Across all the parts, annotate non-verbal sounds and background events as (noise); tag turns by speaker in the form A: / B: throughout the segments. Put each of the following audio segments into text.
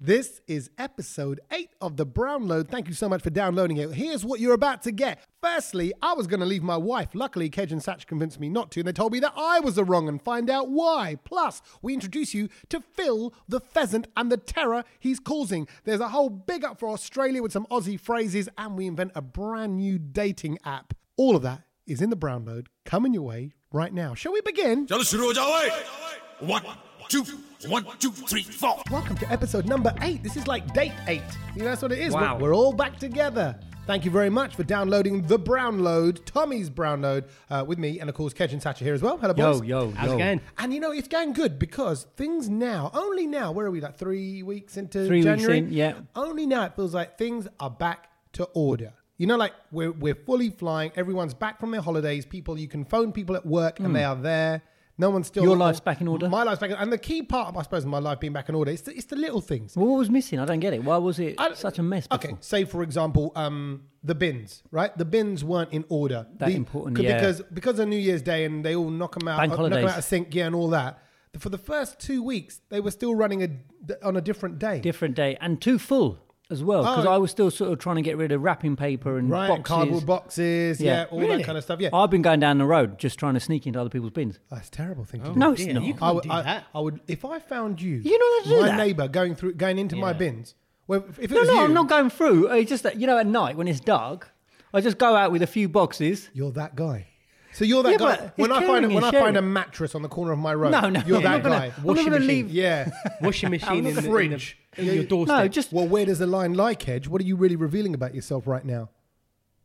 A: This is episode eight of The Brown Load. Thank you so much for downloading it. Here's what you're about to get. Firstly, I was going to leave my wife. Luckily, Kedge and Satch convinced me not to, and they told me that I was the wrong and find out why. Plus, we introduce you to Phil the pheasant and the terror he's causing. There's a whole big up for Australia with some Aussie phrases, and we invent a brand new dating app. All of that is in The Brown Load coming your way right now. Shall we begin?
B: चलो शुरू हो जाओ a one two one two three four
A: Welcome to episode number eight. This is like date eight. You know, that's what it is.
C: Wow.
A: We're, we're all back together. Thank you very much for downloading the Brown Load, Tommy's Brown Load, uh, with me, and of course, Kedge and Thatcher here as well. Hello,
C: Yo,
A: boys.
C: yo,
A: How's
C: yo.
A: it going? And you know, it's going good because things now, only now, where are we, like three weeks into
C: Three weeks
A: January?
C: in, yeah.
A: Only now it feels like things are back to order. You know, like we're, we're fully flying, everyone's back from their holidays, people, you can phone people at work and they are there. No one's still.
C: Hmm. Your life's back in order?
A: My life's back in And the key part, of, I suppose, of my life being back in order, it's the, it's the little things.
C: Well, what was missing? I don't get it. Why was it
A: I-
C: such a mess?
A: Okay,
C: before?
A: say for example, um, the bins, right? The bins weren't in order.
C: That
A: The-
C: important,
A: c-
C: yeah.
A: Because because of New Year's Day and they all knock them out,
C: Bank
A: uh, knock 'em
C: holidays.
A: out of sync, yeah, and all that. For the first two weeks, they were still running a, on a different day.
C: Different day and too full as well because
A: Oh.
C: I was still sort of trying to get rid of wrapping paper and
A: right,
C: boxes.
A: cardboard boxes, yeah, all that
C: Really? Oh.
A: kind of stuff. Yeah, Oh,
C: I've been going down the road just trying to sneak into other people's bins.
A: that's terrible thing. to do.
C: no, it's
D: dear,
C: not.
D: you can't-
A: I would,
D: do
A: I,
D: that.
A: I would, if I found you,
C: You're not allowed to do
A: my
C: that.
A: neighbour going through, going into my
D: Yeah.
A: bins. Well, if it
C: no,
A: was
C: no,
A: you,
C: I'm not going through. It's just that you know, at night when it's dark, I just go out with a few boxes.
A: You're that guy. So you're that
C: Yeah, but
A: guy.
C: he's
A: When I
C: caring
A: find
C: and
A: when I find a
C: sharing.
A: mattress on the corner of my road,
C: No, no,
A: you're
C: yeah,
A: that
C: I'm not
A: guy.
C: gonna- I'm not gonna
D: machine.
C: leave.
A: Yeah. (laughs)
D: Washing machine in the, in the
A: Fridge.
D: in your doorstep.
C: No, (laughs) just
A: well, where does the line lie, Kedge? What are you really revealing about yourself right now?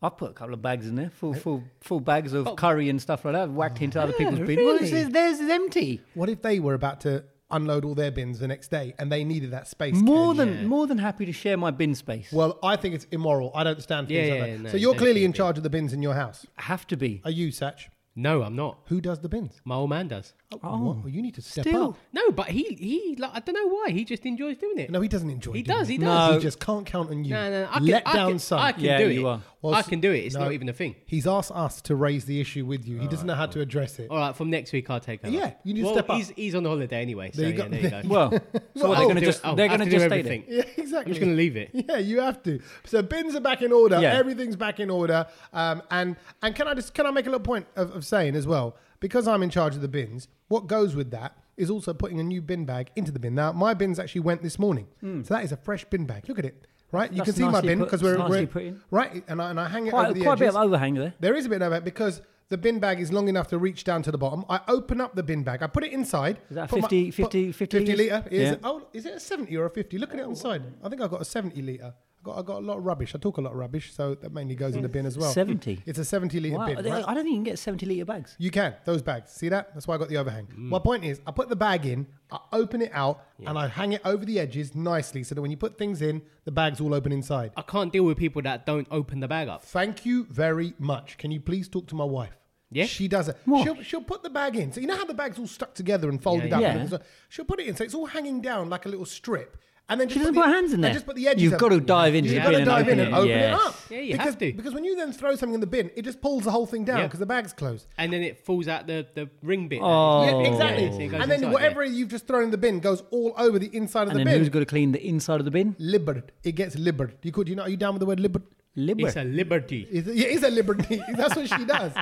C: I put a couple of bags in there, full, full, full bags
A: Oh.
C: of curry and stuff like that, whacked into other people's bins. Well, it
D: really?
C: says theirs is empty.
A: What if they were about to unload all their bins the next day and they needed that space?
C: More
A: Kedge?
C: than more than happy to share my bin space.
A: Well, I think it's immoral. I don't stand for
D: Yeah,
A: things
D: yeah,
A: like that.
D: yeah, no,
A: so you're
D: no,
A: clearly in
D: shouldn't be.
A: charge of the bins in your house.
C: have to be.
A: Are you, Satch?
D: no, I'm not.
A: Who does the bins?
D: My old man does.
A: Oh, what? well, you need to step
C: Still.
A: up.
D: No, but he he like, I don't know why he just enjoys doing it.
A: No, he doesn't enjoy.
D: he
A: doing
D: does.
A: it.
D: He
C: No.
D: does.
A: He just can't count on you.
D: No, no, no. I can,
A: Let
D: I
A: down
D: can,
A: son.
D: I can
C: Yeah,
D: do it.
C: you are.
A: Well,
D: I
A: s-
D: can do it. It's
A: no.
D: not even a thing.
A: He's asked us to raise the issue with you. He doesn't know how to address it.
D: All right, from next week I'll take over.
A: Yeah, you need to
D: well,
A: step up.
D: He's, he's on holiday anyway. So
A: There you
D: yeah,
A: go.
D: there
A: (laughs)
D: you go.
C: Well,
A: Oh,
C: so what,
D: I'll
C: they're going to
D: do
C: just
D: it. I'll
C: they're
D: have
C: going to
D: do
C: just stay
D: everything.
A: (laughs)
C: there.
A: Yeah, exactly.
D: I'm just going to leave it.
A: Yeah, you have to. So bins are back in order.
C: Yeah.
A: Everything's back in order. Um, and and can I just can I make a little point of, of saying as well because I'm in charge of the bins. What goes with that is also putting a new bin bag into the bin. Now my bins actually went this morning, so that is a fresh bin bag. Look at it. Right, you
C: Hmm. That's
A: can see my
C: nicely
A: bin
C: put-
A: because we're,
C: nicely
A: we're-
C: put in.
A: right, and I, and I hang it over
C: Quite,
A: the
C: quite a bit
A: edges.
C: of overhang there.
A: There is a bit of that because the bin bag is long enough to reach down to the bottom. I open up the bin bag. I put it inside.
C: Is that
A: put
C: 50
A: put-
C: 50 50
A: litre. Is,
C: Yeah.
A: it, oh, is it a 70 or a 50? Look at it on the side. I think I've got a 70 litre. I've got, I've got a lot of rubbish. I talk a lot of rubbish, so that mainly goes in the bin as well.
C: 70?
A: It's a 70 litre
C: Wow,
A: bin.
C: they-
A: right?
C: I don't think you can get seventy liter bags.
A: You can, those bags. See that? That's why I got the overhang.
C: Mm.
A: My point is, I put the bag in, I open it out, and I hang it over the edges nicely so that when you put things in, the bag's all open inside.
D: I can't deal with people that don't open the bag up.
A: Thank you very much. Can you please talk to my wife?
D: Yeah.
A: She does it.
C: What?
A: She'll, she'll put the bag in. So you know how the bag's all stuck together and folded
D: Yeah,
A: up?
C: yeah.
A: and everything? She'll put it in. So it's all hanging down like a little strip. And then
C: She
A: just
C: doesn't
A: the-
C: put her hands in
A: and
C: there.
A: just put the edges
C: You've
A: up.
C: got to dive into
A: You've
C: the
A: got to
C: bin and
A: dive in
C: open
A: and
C: it.
A: open
C: Yes.
A: it up.
D: Yeah, you
A: because,
D: have to.
A: Because when you then throw something in the bin, it just pulls the whole thing down
D: Yeah.
A: because the bag's closed.
D: And then it falls out the, the ring bit.
C: Oh.
A: Yeah,
D: Yeah, yeah,
A: exactly.
D: so it goes
A: and then
D: inside,
A: whatever you've just thrown in the bin goes all over the inside of
C: And
A: the
C: then
A: bin.
C: who's got to clean the inside of the bin?
A: Libbered. It gets libbered. You could. You know? Are you down with the word libbered?
D: yeah. It's a
C: Libra.
D: liberty.
A: Is it, yeah, it's a liberty. (laughs) That's what she does.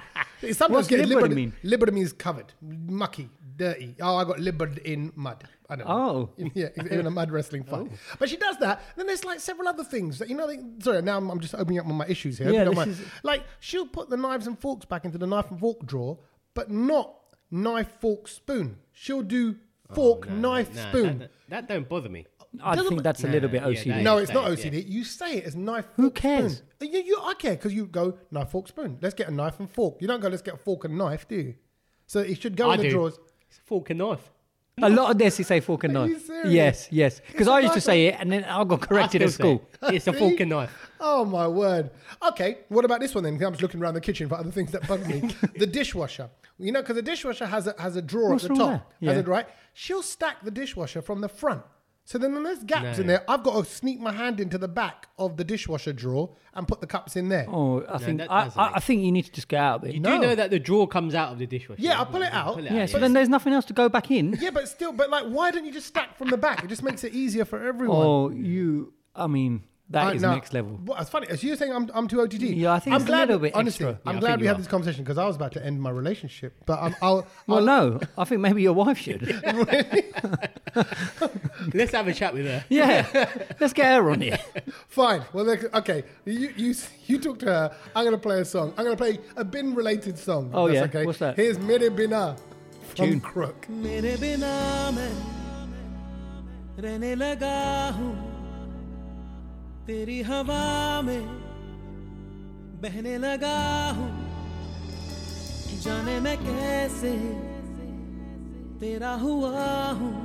A: It sometimes
C: What's
A: gets
C: liberty
A: liberty.
C: mean?
A: Liberty means covered, mucky, dirty. Oh, I got libered in mud. I don't know.
C: Oh.
A: (laughs) Yeah, in in a mud wrestling fight. But she does that. Then there's like several other things that, you know, like, sorry, now I'm, I'm just opening up on my issues here. if
C: Yeah,
A: you don't
C: this
A: mind.
C: is-
A: Like, she'll put the knives and forks back into the knife and fork drawer, but not knife, fork, spoon. She'll do
C: Oh,
A: fork, knife,
D: Nah,
A: spoon.
D: That, that, that don't bother me.
C: I
A: Doesn't-
C: think that's a little bit
D: yeah,
C: OCD.
D: that
A: No,
D: is
A: it's not
D: that, yeah.
A: OCD. You say it as knife.
C: Who
A: fork,
C: cares?
A: Spoon. Uh, You, you, I care because you go knife, fork, spoon. Let's get a knife and fork. You don't go. Let's get a fork and knife, do you? So it should go
D: I
A: in the
D: do.
A: drawers.
D: It's a fork and knife.
C: A lot of this is say fork and
A: Are you
C: knife.
A: serious?
C: Yes, yes.
A: It's
C: Because I
A: a
C: used to
A: knife
C: say it and then I got corrected
D: I
C: at
D: still
C: school.
D: say it. It's a
A: See?
D: fork and knife.
A: Oh my word. Okay, what about this one then? 'Cause I'm just looking around the kitchen for other things that bug
D: (laughs)
A: me. the dishwasher. You know, because the dishwasher has a has a drawer
C: What's
A: at the
C: wrong
A: top.
C: there?
A: Has
C: Yeah.
A: it right? She'll stack the dishwasher from the front. So then when there's gaps
D: No.
A: in there, I've got to sneak my hand into the back of the dishwasher drawer and put the cups in there.
C: Oh, I think
D: that
C: I,
D: doesn't
C: I,
D: make
C: I think you need to just get out of it.
D: You
A: No.
D: do know that the drawer comes out of the dishwasher.
A: Yeah, I'll
D: You
A: pull it out.
D: Pull it
A: Yeah,
C: yeah,
D: out.
C: so then there's nothing else to go back in.
A: Yeah, but still, but like, why don't you just stack from the back? It just makes it easier for everyone.
C: Oh, you. I mean,
A: I-
C: that is
A: no,
C: next level.
A: What, it's funny. As you're saying, I'm, I'm too OTT.
C: Yeah, I think
A: I'm
C: it's a
A: glad,
C: little bit
A: honestly,
C: extra.
A: I'm
D: Yeah, I
A: glad
D: think
A: we
D: you
A: had
D: are.
A: this conversation because I was about to end my relationship, but
C: (laughs)
A: I'm, I'll.
C: Well,
A: I'll
C: Oh, no, I think maybe your wife
A: (laughs)
C: should.
D: Let's have a chat with
A: (laughs)
D: her.
C: yeah, let's get her on here.
A: Fine. Well, then, okay. You you (laughs) you talk to her. I'm gonna play a song. I'm gonna play a bin-related song.
C: Oh,
A: That's
C: yeah.
A: Okay.
C: What's that?
A: Here's Mere Bina from
C: Tune.
A: Crook.
E: मेरे बिना मैं रहने लगा हूँ तेरी हवा में बहने लगा हूँ जाने मैं कैसे तेरा हुआ हूँ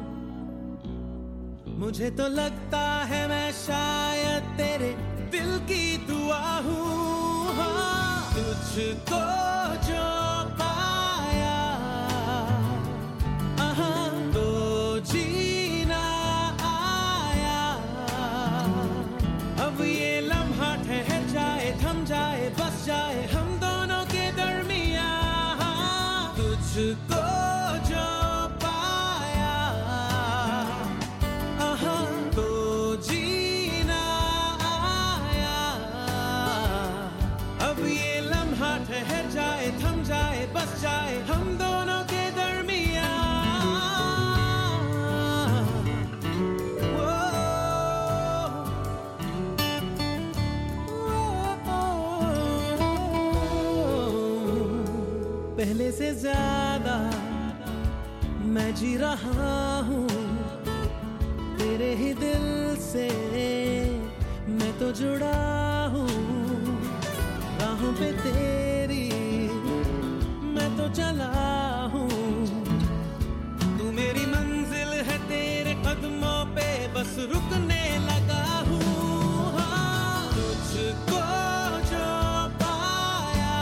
E: मुझे तो लगता है मैं शायद तेरे दिल की दुआ हूँ हाँ। तुझको जो पाया आहा, तो जीना आया अब ये लम्हा ठहर जाए थम जाए बस जाए हम दोनों के दरमिया तुझको जो पाया आहा, तो जीना आया। अब ये लम्हा ठहर जाए थम जाए बस जाए हम दोनों के दरमिया पहले से ज्यादा मैं जी रहा हूँ तेरे ही दिल से मैं तो जुड़ा हूँ राहों पे तेरी मैं तो चला हूँ तू मेरी मंजिल है तेरे कदमों पे बस रुकने लगा हूँ हाँ। तुझको जो पाया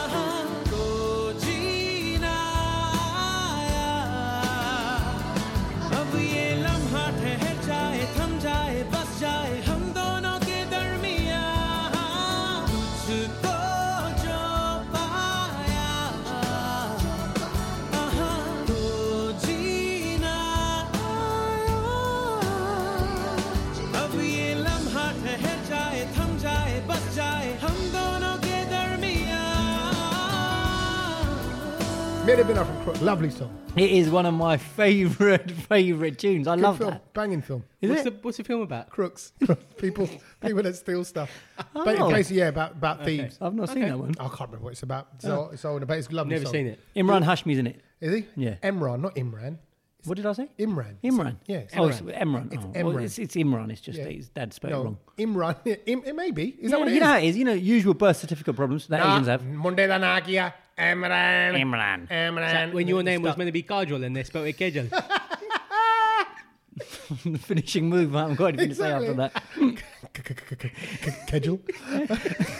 E: आहा, तो जीना आया। अब ये लम्हा ठहर जाए थम जाए बस जाए हम दोनों के दरमिया तुझको जो पाया आहा, तो जीना आया। अब ये लम्हा ठहर जाए थम जाए बस जाए हम दोनों के दरमिया
A: Mere Bina from Crook. Lovely song.
C: It is one of my (laughs) favourite favourite tunes. I
A: Good
C: love
A: film.
C: that.
A: Banging film.
C: Is
D: what's,
C: it?
D: The, what's the film about?
A: Crooks. (laughs) people people that steal
C: (laughs)
A: stuff. Ba-
C: Oh.
A: Basically, yeah, about about thieves.
C: I've not seen that one.
A: I can't remember what it's about. It's, all, it's old, but it's a lovely.
D: Never
A: song.
D: seen it.
C: Imran Hashmi's in it.
A: Is he?
C: Yeah.
A: Emran, not Imran.
C: What did I say?
A: Imran.
C: Imran.
A: Yeah, it's
C: Oh, it's
A: Imran.
C: Imran.
A: It's
C: oh, well,
A: Imran.
C: it's, it's Imran. It's just
A: Yeah.
C: that his dad spelled it
A: No,
C: wrong.
A: Imran. (laughs) Im, it may be. Is that
C: Yeah,
A: what it
C: you know how
A: is? Ah,
C: it is. You know, usual birth certificate problems that Asians have. (laughs)
A: Mondela Nagia, Imran.
C: Imran.
A: Imran.
D: When your
A: (laughs)
D: name was meant to be Kajol and they spelled it Kejal.
C: The finishing move. I haven't got anything to say
A: Exactly.
C: after that.
A: (laughs) Kedgel.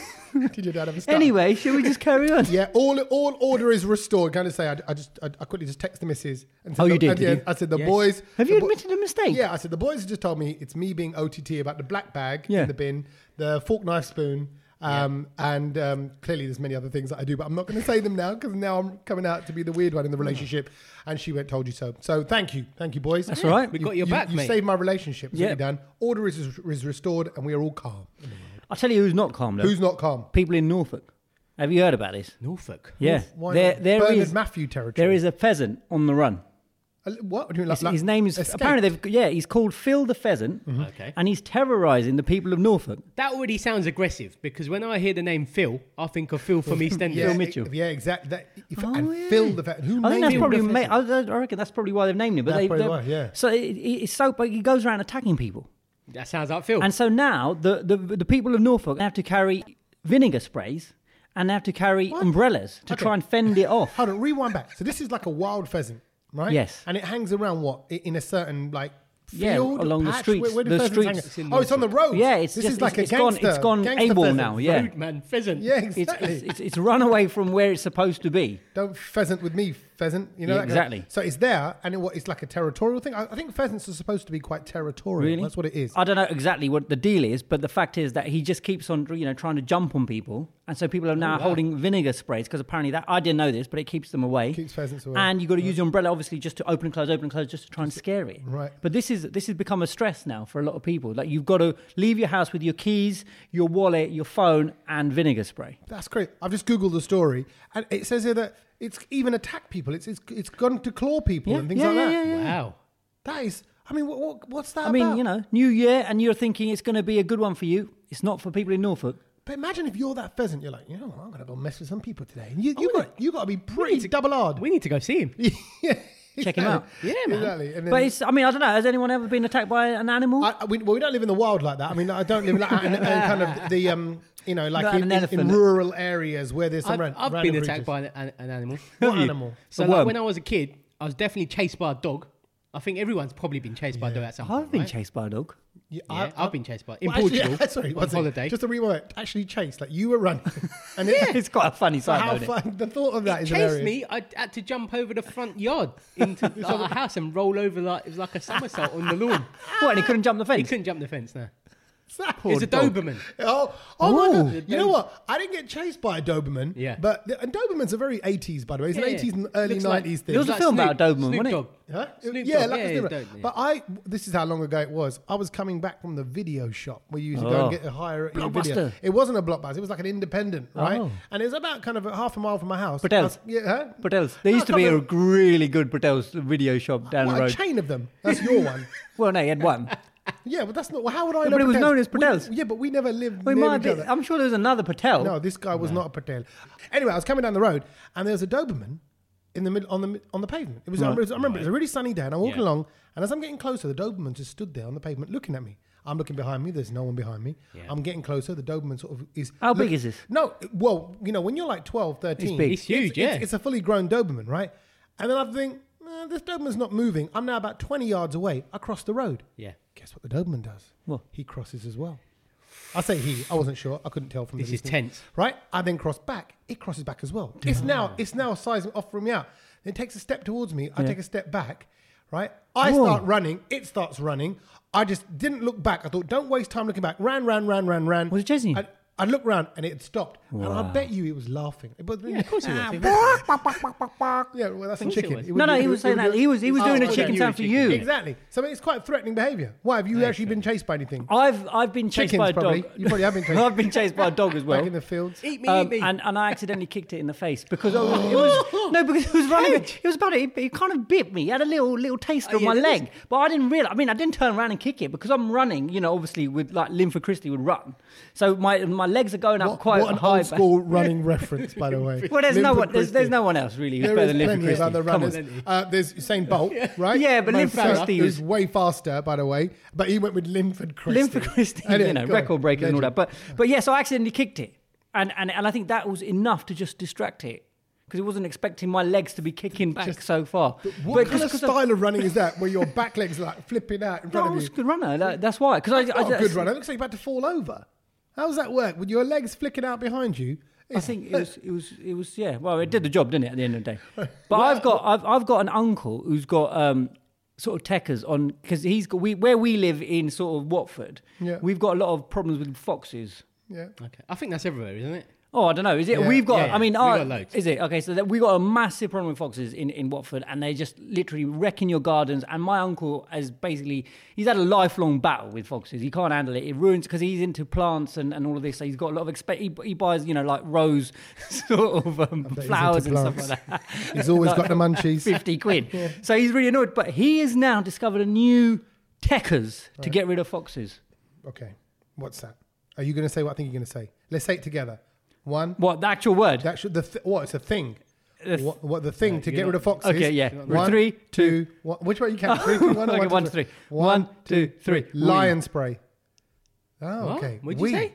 A: (laughs) Did your dad have a star?
C: Anyway, shall we just carry on?
A: (laughs) Yeah, all all order is restored. Can I say? I, I just I, I quickly just text the missus. And said,
C: Oh, you
A: the-
C: did,
A: and
C: did
A: yeah,
C: you?
A: I said the
D: Yes.
A: boys.
C: Have
A: the
C: you
A: boy-
C: admitted a mistake?
A: Yeah, I said the boys have just told me it's me being OTT about the black bag
C: Yeah.
A: in the bin, the fork, knife, spoon, um, and um, clearly there's many other things that I do, but I'm not going to say them now because now I'm coming out to be the weird one in the relationship. And she went, told you so. So thank you, thank you, boys.
C: That's all right.
D: We got your back,
A: you
D: mate.
A: saved my relationship. That's what
C: Yeah.
A: you done. Order is, is restored, and we are all calm.
C: I'll tell you who's not calm though.
A: Who's not calm?
C: people in Norfolk? Have you heard about this?
D: Norfolk.
C: Yeah,
A: Why
C: there,
A: not?
C: there
A: Bernard
C: is
A: Matthew territory.
C: there is a pheasant on the run.
A: A- what? What do you mean, like-
C: His,
A: like
C: his name is
A: escape? Mm-hmm.
C: apparently they've yeah he's called Phil the pheasant,
D: Okay.
C: and he's terrorising the people of Norfolk.
D: That already sounds aggressive because when I hear the name Phil, I think of Phil from EastEnders.
A: yeah,
C: Phil Mitchell.
A: it- Yeah, exactly. That, if,
C: Oh,
A: and
C: yeah.
A: Phil the vet. Who
C: I think that's
A: named
C: probably
A: him?
C: ma- I, I reckon that's probably why they've named him. But
A: That's
C: they,
A: probably
C: they-
A: why, yeah.
C: So it, it- it's so but he goes around attacking people,
D: That sounds like Phil.
C: and so now the, the the people of Norfolk have to carry vinegar sprays and they have to carry umbrellas to
A: Okay.
C: try and fend it off.
A: Hold on, rewind back. So this is like a wild pheasant, right?
C: Yes.
A: And it hangs around what i- in a certain like
C: Yeah,
A: field
C: along the
A: patch?
C: streets-
A: Where, where do
C: the
A: pheasants
C: streets.
A: hang?
C: It's in
A: oh, it's on the road.
C: Yeah, it's
A: this
C: just
A: is like
C: it's,
A: a
C: it's
A: gangster.
C: gone it's gone
A: gangster
C: AWOL
A: pheasant.
C: now. Yeah,
D: Rude man,
A: (laughs)
D: pheasant.
A: Yeah, (laughs)
C: it's,
A: exactly.
C: it's, it's it's run away from where it's supposed to be.
A: Don't pheasant with me, pheasant, you know
C: Yeah,
A: that kind of-
C: exactly.
A: so it's there, and it, what, it's like a territorial thing. I, I think pheasants are supposed to be quite territorial.
C: Really?
A: That's what it is.
C: I don't know exactly what the deal is, but the fact is that he just keeps on, you know, trying to jump on people, and so people are
A: Oh,
C: now holding vinegar sprays because apparently that I didn't know this, but it keeps them away.
A: Keeps pheasants away.
C: And you got to use your umbrella obviously just to open and close, open and close, just to try and scare it.
A: Right.
C: But this is this has become a stress now for a lot of people. Like you've got to leave your house with your keys, your wallet, your phone, and vinegar spray.
A: That's great. I've just googled the story, and it says here that it's even attacked people. It's it's, it's gone to claw people
C: Yeah,
A: and things
C: yeah,
A: like
C: yeah,
A: that.
C: yeah, yeah.
D: Wow.
A: That is, I mean, what, what what's that?
C: I mean,
A: about?
C: you know, New Year, and you're thinking it's going to be a good one for you. It's not for people in Norfolk.
A: But imagine if you're that pheasant, you're like, you know, what, I'm gonna go mess with some people today. And you you
D: gonna-
A: got you got to be
D: Oh, need
A: pretty
D: to-
A: double hard.
D: We need to go see him.
A: (laughs) yeah,
C: Check
A: exactly. (laughs)
C: him out.
D: Yeah, man.
A: exactly. And then,
C: But it's, I mean, I don't know. Has anyone ever been attacked by an animal?
A: I, I- we, well, we don't live in the wild like that. I mean, I don't live like in, in kind of the um, you know, like
C: Not
A: in,
C: an
A: in, in
C: elephant.
A: rural areas where there's some
D: I've,
A: ran-
D: I've
A: random
D: been attacked
A: creatures.
D: by an, an animal.
A: (laughs) What animal?
D: So
C: A
D: like
C: worm.
D: when I was a kid, I was definitely chased by a dog. I think everyone's probably been chased by a dog at some point.
C: I've been
D: right?
C: chased by
A: (laughs)
C: a dog.
A: Yeah,
D: Yeah,
A: I-
D: I've, been chased by in
A: Well, actually,
D: Portugal
A: yeah, (laughs) sorry,
D: on
A: one second.
D: holiday.
A: Just a rewind. Actually, chased like you were running, (laughs) and it,
C: (laughs) It's quite a funny
A: So
C: sight.
A: how
C: though, isn't it?
A: fun! The thought of that is (laughs)
D: chased
A: hilarious.
D: me. I had to jump over the front yard
A: (laughs)
D: into like, a house and roll over like it was like a somersault on the lawn.
C: What? And he couldn't jump the
D: He
C: fence.
D: couldn't jump the fence. No,
A: Poor
D: it's a
A: dog.
D: Doberman.
A: Oh, oh my
C: Ooh.
A: god! You know what? I didn't get chased by a Doberman.
D: Yeah.
A: but the, and Doberman's are very eighties, by the way. It's
D: Yeah,
A: an
D: yeah.
A: eighties and early
D: Looks
A: nineties thing.
C: There was a
D: like
C: film
D: Snoop-
C: about a Doberman,
D: Snoop
C: wasn't it?
D: Dog.
A: Huh?
D: Snoop
A: yeah,
D: Dogg,
A: like
D: yeah,
A: it's different.
D: don't- yeah.
A: But I, this is how long ago it was. I was coming back from the video shop where you used to go
C: Oh.
A: and get a higher you know, video.
C: Blockbuster.
A: It wasn't a blockbuster. It was like an independent, right?
C: Oh.
A: And it was about kind of a half a mile from my house. I was-
C: Patel's.
A: Yeah, huh?
C: Patel's. There
A: No,
C: used to be a
A: couple
C: really good Patel's video shop down
A: of- what,
C: the
A: a
C: road.
A: chain of them. That's your
C: (laughs)
A: one.
C: well, no, he
A: (laughs)
C: had one.
A: Yeah, but that's not. Well, how would I know?
C: but it was known as
A: We-
C: Patel's.
A: yeah, but we never lived
C: We
A: near
C: might
A: each
C: be,
A: other.
C: I'm sure there was another Patel.
A: No, this guy was not a Patel. Anyway, I was coming down the road and there was a Doberman in the middle on the mid- on the pavement. It was I remember, I remember it was a really sunny day and I'm walking along and as I'm getting closer, the Doberman just stood there on the pavement looking at me. I'm looking behind me. There's no one behind me. I'm getting closer. The Doberman sort of is.
C: How big is this?
A: No, well, you know, when you're like 12, 13,
C: big.
D: It's huge, yeah.
A: It's, a fully grown Doberman, right? And then I think, eh, this Doberman's not moving. I'm now about 20 yards away. I cross the road.
D: Yeah.
A: Guess what the Doberman does?
C: What?
A: He crosses as well. I say he. I wasn't sure. I couldn't tell from
D: This
A: the
D: is
A: listening.
D: tense.
A: Right? I then cross back. It crosses back as well. It's now it's now sizing offering me out. Then it takes a step towards me. I take a step back. Right? I
C: Whoa.
A: start running. It starts running. I just didn't look back. I thought, don't waste time looking back. Ran, ran, ran, ran, ran.
C: Was it chasing you?
A: I, I looked round and it had stopped. And I
C: Wow.
A: bet you it was laughing. But Ah, yeah,
D: of course it was. It
A: yeah, well, that's a
D: course it
A: chicken.
D: was.
A: It would
C: no,
A: do-
C: no,
A: it
C: he
A: would-
C: was
A: it
C: saying
A: would Ah,
C: that.
A: do-
C: He was, he was
D: Oh,
C: doing
D: okay.
C: a chicken
D: You
C: sound
D: were
C: for
D: chicken.
C: you.
A: Exactly. So it's quite threatening behaviour. Why have you actually been chased by anything?
C: I've, I've been chased
A: Chickens,
C: by a
A: probably.
C: dog.
A: You probably have
C: (laughs)
A: been chased.
C: I've been chased by a dog as well.
A: Back in the fields.
D: Eat me,
C: Um,
D: eat me.
C: and, and I accidentally kicked it in the face because I was,
A: (laughs)
C: it was no because it was running. It was about it. It kind of bit me. It had a little little taste
A: Oh,
C: on
D: yeah,
C: my
D: that
C: leg, but I didn't realize. I mean, I didn't turn around and kick it because I'm running. You know, obviously with like Linford Christie would run, so my my legs are going up
A: What,
C: quite
A: what an
C: high.
A: old
C: back.
A: school running reference, by the (laughs) way.
C: (laughs) Well, there's no
A: Linford
C: one. There's, there's
A: Christie.
C: no one else really who's
A: There
C: better
A: is
C: than Linford
A: plenty of
C: Christie.
A: other
C: Come on.
A: runners. Uh, there's (laughs) Usain Bolt, right?
C: Yeah, but
A: Mo
C: Linford
A: Farah,
C: Christie
A: who's
C: was-
A: way faster, by the way. But he went with Linford Christie.
C: Linford Christie,
A: Anyway,
C: you know,
A: go on.
C: record breaker and all
A: Legend.
C: that. But but yes, I accidentally kicked it, and and, and I think that was enough to just distract it because it wasn't expecting my legs to be kicking back so far.
A: what
C: But
A: kind
C: just
A: of
C: 'cause I-
A: style of running is that? Where your back legs are like flipping out in
C: No,
A: front
C: I
A: of
C: was
A: you?
C: a good runner. That, that's why. Because I,
A: Not
C: I,
A: a good runner. It looks like you're about to fall over. How does that work? With your legs flicking out behind you?
C: I think it was, it was, it was. Yeah. Well, it did the job, didn't it? At the end
A: (laughs)
C: of the day. But I've got, I've, I've got an uncle who's got um, sort of techers on because he's got we where we live in sort of Watford.
A: Yeah.
C: We've got a lot of problems with foxes.
A: Yeah.
D: Okay. I think that's everywhere, isn't it?
C: Oh, I don't know. Is it?
A: Yeah.
C: We've got.
D: Yeah, yeah.
C: I mean,
D: We've
C: our,
D: got loads.
C: is it okay? So that we got a massive problem with foxes in, in Watford, and they just literally wrecking your gardens. And my uncle has basically he's had a lifelong battle with foxes. He can't handle it. It ruins because he's into plants and, and all of this. So he's got a lot of expe- he, he buys you know like rose (laughs) sort of um,
A: he's
C: flowers and
A: into
C: stuff (laughs) like that.
A: (laughs) He's always got the munchies. (laughs)
C: 50 quid. So he's really annoyed. But he has now discovered a new techers to get rid of foxes.
A: Okay. What's that? Are you going to say what I think you're going to say? Let's say it together. One.
C: What, the actual word?
A: That should the th- what? It's a thing.
C: The th-
A: what, what the thing to get rid of foxes?
C: Okay, yeah.
A: One,
C: Three, two-
A: one- which way you
C: (laughs)
A: count? Three, two, one, or
C: Okay,
A: one, two,
C: one,
A: three?
C: three. One, two, three.
A: Lion spray. Oh, okay.
D: What'd you
A: Wee.
D: say?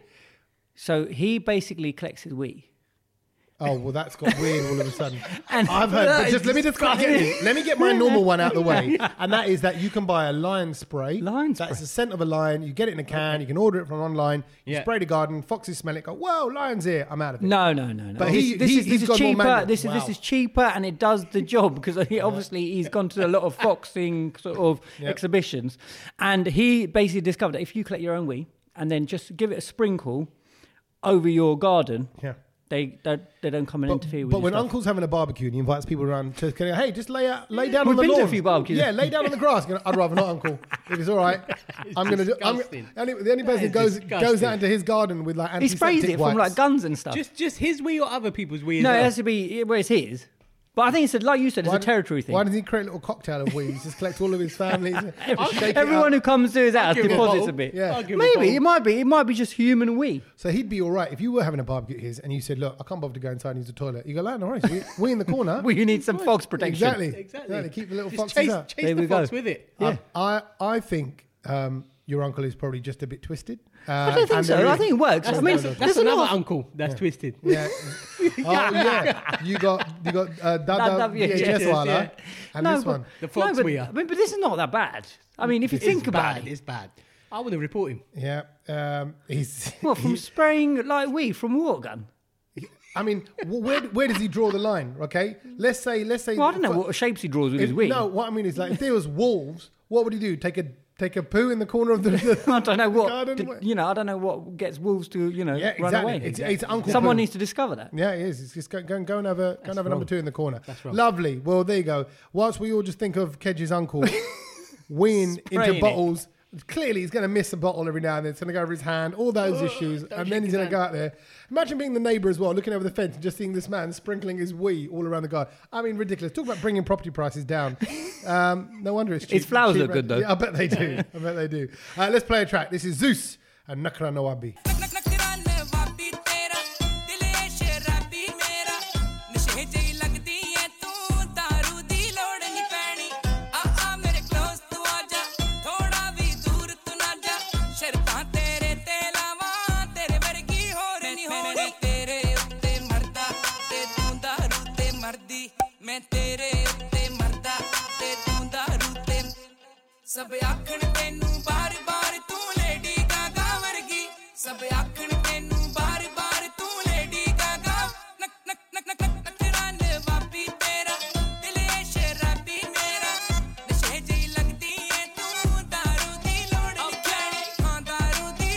C: So he basically collects his wheat
A: Oh well, that's got weird all of a sudden.
C: (laughs) And-
A: I've heard. But
C: That
A: just
C: is
A: let me just
C: disgusting.
A: get, let me get my normal one out of the
C: (laughs)
A: way, and that is that you can buy a lion spray.
C: Lion
A: That's
C: spray.
A: the scent of a lion. You get it in a can. You can order it from online. You
D: Yeah.
A: spray the garden. Foxes smell it. Go, whoa, lion's here. I'm out of it.
C: No, no, no, no.
A: But he-
C: this, this
A: he's-
C: is,
A: he's
C: this is
A: gone more
C: cheaper.
A: manual.
C: This is this
A: Wow.
C: is cheaper, and it does the job because he, obviously he's gone to a lot of foxing
A: (laughs)
C: sort of exhibitions, and he basically discovered that if you collect your own wee and then just give it a sprinkle over your garden,
A: Yeah.
C: they don't, they don't come and interfere with.
A: But
C: your
A: when
C: stuff.
A: Uncle's having a barbecue and he invites people around to, go, hey, just lay out, lay down
C: We've
A: on the
C: been
A: lawn.
C: to a few barbecues.
A: Yeah, lay down on the grass. You know, I'd rather not, Uncle. If it's all
C: (laughs)
A: right, I'm gonna. Do, I'm,
D: disgusting.
A: only, the only person who
D: is
A: goes goes
D: disgusting.
A: out into his garden with like
C: he
A: antiseptic
C: sprays it from
A: wipes.
C: like guns and stuff.
D: Just, just his wee or other people's wee. as
C: no,
D: well?
C: it has to be where it's his. But I think it's a, like you said, it's a territory thing.
A: Why does he create a little cocktail of weeds? Just collect all of his
C: (laughs)
A: family. shake it
C: Everyone who
A: up.
C: comes to his house
D: give him a
C: deposits
D: bottle.
C: a bit.
A: Yeah. I'll
D: give him a
C: Maybe
D: bottle.
C: it might be. It might be just human wee.
A: So he'd be all right if you were having a barbecue at his and you said, "Look, I can't bother to go inside and use the toilet." You go, "No, no worries. We, we in the corner."
C: (laughs) We need some fox protection.
A: exactly,
D: Exactly.
A: Keep the little
D: Just
A: foxes
D: chase,
A: out.
D: chase
C: There
D: the
C: we
D: fox
C: go.
D: with it.
A: Um, I I think um, your uncle is probably just a bit twisted. Uh,
C: I don't think
A: and there
C: so. I
A: is-
C: think it works. I mean, (laughs)
D: that's
C: there's a
D: another
C: lot of
D: uncle that's twisted.
A: Yeah. oh yeah. You got you got uh, Dada
C: Dada VHS,
A: VHS
D: yeah.
A: Wala and
C: No,
A: this
C: but-
A: one.
D: The fox
C: no, but,
D: we are.
C: I mean, but this is not that bad. I mean, if you think about
D: bad.
C: it,
D: It's bad. I want to report him.
A: Yeah. Um, he's. (laughs)
C: well, from spraying like we from water gun.
A: I mean, wh- where where does he draw the line? Okay. Let's say let's say.
C: Well, I don't know what shapes he draws with
A: If-
C: his wee.
A: No, what I mean is like if there was wolves, what would he do? Take a take a poo in the corner
C: (laughs)
A: of the. the
C: (laughs) I don't know what
A: garden
C: did-
A: where-
C: you know. I don't know what gets wolves to you know
A: Yeah,
C: run
A: exactly.
C: away.
A: It's- it's Uncle
C: Someone
A: Pooh.
C: needs to discover that.
A: yeah, it is. It's just go, go, and- go and have a go and have a number
D: wrong.
A: two in the corner. Lovely. Well, there you go. Whilst we all just think of Kedge's
C: (laughs)
A: uncle weeing
C: Spraying
A: into
C: it.
A: bottles. Clearly, he's going to miss a bottle every now and then. It's going to go over his hand, all those issues, and then he's going to go out there. Imagine being the neighbour as well, looking over the fence and just seeing this man sprinkling his wee all around the garden. I mean, ridiculous. Talk about bringing property prices
C: (laughs)
A: down. Um, no wonder it's cheap.
C: His flowers
A: cheap
C: look good,
A: rent.
C: though.
A: Yeah, I bet they do.
C: (laughs)
A: I bet they do. Uh, let's play a track. This is Zeus and Nakra Nawabi.
F: ਮੈਂ ਤੇਰੇ ਉੱਤੇ ਮਰਦਾ ਤੇ ਤੂੰ ਦਾਰੂ ਤੇ ਸਭ ਆਖਣ ਤੈਨੂੰ ਬਾਰ-ਬਾਰ ਤੂੰ ਲੇਡੀ ਗਾਗਾ ਵਰਗੀ ਸਭ ਆਖਣ ਤੈਨੂੰ ਬਾਰ-ਬਾਰ ਤੂੰ ਲੇਡੀ ਗਾਗਾ ਨਕ ਨਕ ਨਕ ਨਕ ਨਕ ਨਕਰਾਨੇ ਵਾਪੀ ਤੇਰਾ ਦਿਲੇ ਸ਼ਰਾਬੀ ਮੇਰਾ ਨਸ਼ੇ ਜਿਹੀ ਲੱਗਦੀ ਏ ਤੂੰ ਦਾਰੂ ਦੀ ਲੋੜ ਨਹੀਂ ਜਾਣੀ ਹਾਂ ਦਾਰੂ ਦੀ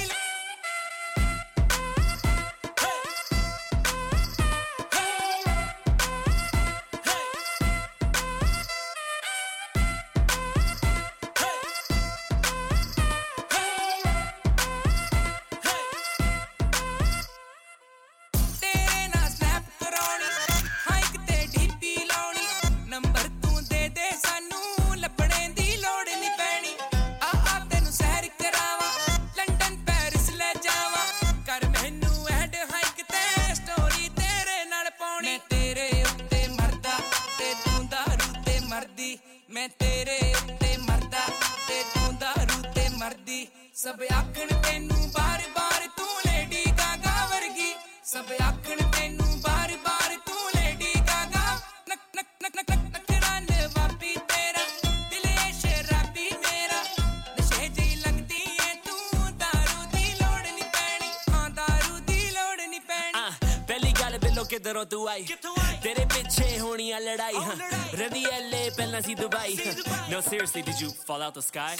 F: ਤੇਰੇ ਨਾਲ ਸਨੈਪ ਕਰਾਉਣੀ ਹਾਈਕ ਤੇ ਡੀਪੀ ਲਾਉਣੀ ਨੰਬਰ ਤੂੰ ਦੇ ਦੇ ਸਾਨੂੰ ਲੱਭਣੇ ਦੀ ਲੋੜ ਨਹੀਂ ਪੈਣੀ ਆ ਆ ਤੈਨੂੰ ਸੈਰ ਕਰਾਵਾਂ ਲੰਡਨ ਪੈਰਿਸ ਲੈ ਜਾਵਾਂ ਕਰ ਮੈਨੂੰ ਐਡ ਹਾਈਕ ਤੇ ਸਟੋਰੀ ਤੇਰੇ ਨਾਲ ਪਾਉਣੀ ਮੈਂ ਤੇਰੇ ਉੱਤੇ ਮਰਦਾ ਤੇ ਤੂੰ ਦਾਰੂ ਤੇ ਮਰਦੀ ਮੈਂ ਤੇਰੇ ਉੱਤੇ ਮਰਦਾ ਤੇ ਤੂੰ ਦਾਰੂ ਤੇ ਮਰਦੀ ਸਭ ਆਖਣ ਤੈਨੂੰ ਬਾਰ-ਬਾਰ ਤੂੰ ਲੇਡੀ ਗਾਗਾ ਵਰਗੀ ਸਭ ਆਖਣ ਤੈਨੂੰ ਬਾਰ-ਬਾਰ ਤੂੰ ਲੇਡੀ ਗਾਗਾ ਨਕ ਨਕ ਨਕ ਨਕ ਨਕ ਨਕਰਾਨੇ ਵਾਪੀ ਤੇਰਾ ਦਿਲੇ ਸ਼ਰਾਬੀ ਮੇਰਾ ਨਸ਼ੇ ਜਿਹੀ ਲੱਗਦੀ ਏ ਤੂੰ ਦਾਰੂ ਦੀ ਲੋੜ ਨਹੀਂ ਪੈਣੀ ਹਾਂ ਦਾਰੂ ਦੀ ਲੋੜ ਨਹੀਂ ਪੈਣੀ
E: ਹਾਂ, ਪਹਿਲੀ ਗੱਲ ਬਿੱਲੋ ਕਿਧਰੋਂ ਤੂੰ ਆਈ ਤੇਰੇ ਪਿੱਛੇ ਹੋਣੀ ਆ ਲੜਾਈ ਹਾਂ ਰਦੀ ਐਲੇ ਪਹਿਲਾਂ ਸੀ Dubai no seriously did you fall out the sky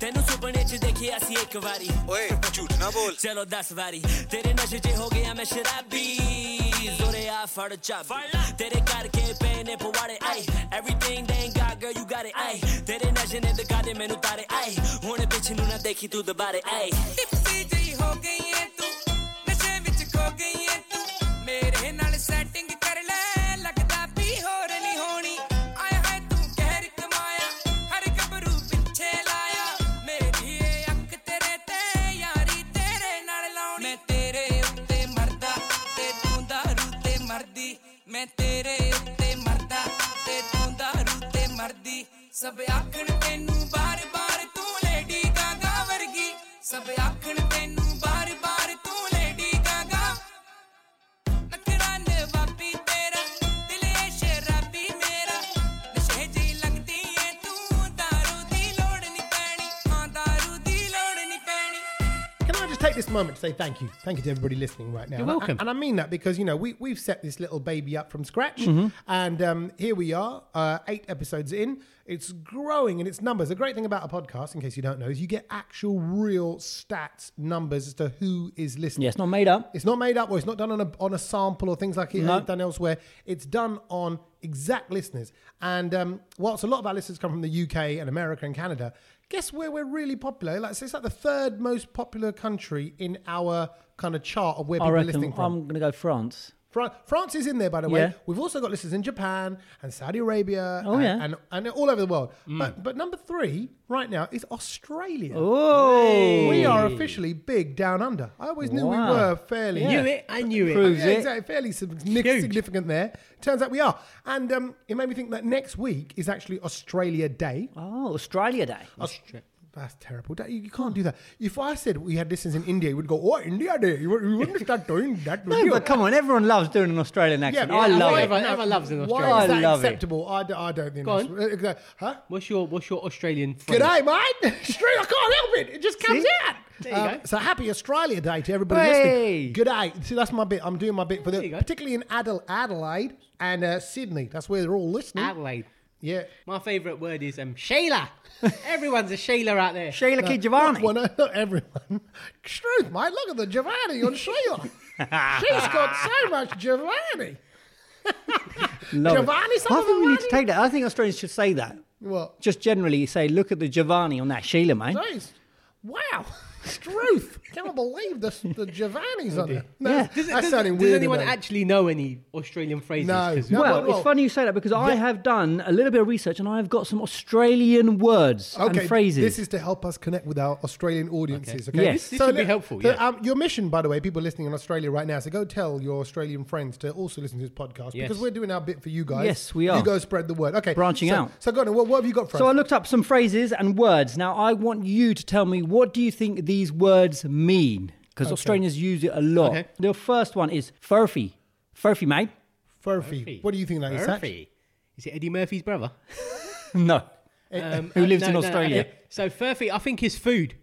E: ਤੈਨੂੰ ਸੁਪਨੇ ਚ ਦੇਖਿਆ ਸੀ ਇੱਕ ਵਾਰੀ
B: ਓਏ ਝੂਠ ਨਾ ਬੋਲ
E: ਚਲੋ 10 ਵਾਰੀ ਤੇਰੇ ਨਸ਼ੇ 'ਚ ਹੋ ਗਿਆ ਮੈਂ ਸ਼ਰਾਬੀ ਜ਼ੋਰੇ ਆ ਫੜ ਚਾਬੀ ਤੇਰੇ ਕਰਕੇ ਪਏ ਨੇ ਪਵਾੜੇ ਆਈ everything they ain't got girl you got it ਆਈ ਤੇਰੇ ਨਸ਼ੇ ਨੇ ਦਿਖਾ ਦੇ ਮੈਨੂੰ ਤਾਰੇ ਆਈ ਹੁਣ ਪਿੱਛੇ ਨੂੰ ਨਾ ਦੇਖੀ ਤੂੰ ਦੁਬਾਰੇ ਆਈ
F: ਟਿਪਸੀ ਜਿਹੀ ਹੋ ਗਈ ਏ ਤੂੰ ਨਸ਼ੇ ਵਿੱਚ ਖੋ ਗਈ ਏ ਤੂੰ ਮੇਰੇ ਨਾਲ ਸੈਟਿੰਗ ਕਰ ਲੈ ਲੱਗਦਾ ਵੀ ਹੋਰ ਨਹੀਂ ਹੋਣੀ ਆਇਆ ਹੈ ਤੂੰ ਕਹਿਰ ਕਮਾਇਆ ਹਰ ਗੱਭਰੂ ਪਿੱਛੇ ਲਾਇਆ ਮੇਰੀ ਏ ਅੱਖ ਤੇਰੇ ਤੇ ਯਾਰੀ ਤੇਰੇ ਨਾਲ ਲਾਉਣੀ ਮੈਂ ਤੇਰੇ ਉੱਤੇ ਮਰਦਾ ਤੇ ਤੂੰ ਦਾਰੂ ਤੇ ਮਰਦੀ ਮੈਂ ਤੇਰੇ ਉੱਤੇ ਮਰਦਾ ਤੇ ਤੂੰ ਦਾਰੂ ਤੇ ਮਰਦੀ ਸਭ ਆਖਣ ਤੈਨੂੰ ਬਾਰ-ਬਾਰ ਤੂੰ ਲੇਡੀ ਗਾਗਾ ਵਰਗੀ ਸਭ ਆਖਣ ਤੈਨੂੰ ਬਾਰ-ਬਾਰ ਤੂੰ ਲੇਡੀ ਗਾਗਾ ਨਕਰਾਨੇ ਵਾਪੀ
A: take this moment to say thank you. Thank you to everybody listening right now.
D: You're
A: And I-
D: welcome.
A: And I mean that because, you know, we, we've set this little baby up from scratch.
D: Mm-hmm.
A: And um, here we are, uh, eight episodes in. It's growing in its numbers. The great thing about a podcast, in case you don't know, is you get actual, real stats, numbers as to who is listening.
C: Yeah, it's not made up.
A: It's not made up, or it's not done on a, on a sample or things like it
C: No.
A: ain't done elsewhere. It's done on exact listeners. And um, whilst a lot of our listeners come from the UK and America and Canada, guess where we're really popular? Like, so it's like the third most popular country in our kind of chart of where
C: I
A: people are
C: reckon
A: listening from.
C: I'm going to go France.
A: Fran- France is in there, by the way.
C: Yeah.
A: We've also got listeners in Japan and Saudi Arabia
C: Oh,
A: and,
C: yeah. Mm.
A: and, and all over the world. But, but number three right now is Australia.
C: Oh,
A: We are officially big down under. I always knew we
C: Wow.
A: were fairly.
D: Knew it. I knew it.
C: Proves
A: Yeah,
C: it.
A: exactly. Fairly sig- significant there. Turns out we are. And um, it made me think that next week is actually Australia Day.
C: Oh, Australia Day.
A: Austra- That's terrible. That- You you can't do that. If I said we had listeners in India, you would go, oh, India Day. You wou- you
C: (laughs)
A: wouldn't start doing that. would
C: No,
A: you?
C: but come on, everyone loves doing an Australian accent.
A: uh, but
C: I
A: I-
C: love
A: I-
C: it.
D: Everyone, everyone loves an
A: Why
D: Australian.
C: I
A: is that
C: love it.
A: acceptable? I, d- I don't think
D: Go
A: that's. uh, Huh?
D: What's your What's your Australian? Friend?
A: G'day, mate. (laughs) Straight, I can't help it. It just comes
D: See?
A: out. Um,
D: There you go.
A: So happy Australia Day to everybody
C: Hey.
A: listening. G'day. See, that's my bit. I'm doing my bit for the,
D: you go.
A: particularly in Adel- Adelaide and uh, Sydney. That's where they're all listening.
D: Adelaide.
A: yeah.
D: My favourite word is um
A: (laughs)
D: Shayla. Everyone's a Shayla out there.
C: Sheila Kid Giovanni.
A: Well, no, not (laughs) everyone. Truth, mate. Look at the Giovanni
D: (laughs)
A: on Sheila. She's got so much Giovanni.
C: Love it.
A: Giovanni, some
C: I
A: of
C: think we
A: the
C: need to
A: Giovanni-
C: take that. I think Australians should say that.
A: What?
C: Just generally say, look at the Giovanni on that Sheila, mate.
A: Jeez. Wow. (laughs) Struth. Cannot believe this, the Giovanni's on there. No,
D: Does, it-
A: that's
D: does,
A: sounding
D: does
A: weird.
D: anyone
A: isn't it?
D: actually know any Australian phrases?
A: No.
D: 'Cause
A: No.
C: Well,
A: well, well-
C: it's funny you say that because I have done a little bit of research and I have got some Australian words and phrases.
A: This is to help us connect with our Australian audiences. Okay,
C: Yes. This-
D: this should be
A: let-
D: helpful,
A: so,
D: yeah.
A: um, your mission, by the way, people listening in Australia right now, so go tell your Australian friends to also listen to this podcast
D: Yes.
A: because we're doing our bit for you guys.
C: Yes, we are.
A: You go spread the word. Okay,
C: Branching
A: so,
C: out.
A: So go on. What, what have you got for
C: so I
A: us?
C: looked up some phrases and words. Now I want you to tell me what do you think these words mean? Because Australians use it a lot.
D: Okay.
C: The first one is furfy. Furfy, mate. (laughs)
A: Furphy. What do you think that is? Satch?
D: Murphy. Is it Eddie
A: (laughs)
D: Murphy's brother?
C: No.
D: Um,
C: Who
D: uh,
C: lives
D: no,
C: in
D: no,
C: Australia.
D: okay. So Furphy, I think is food.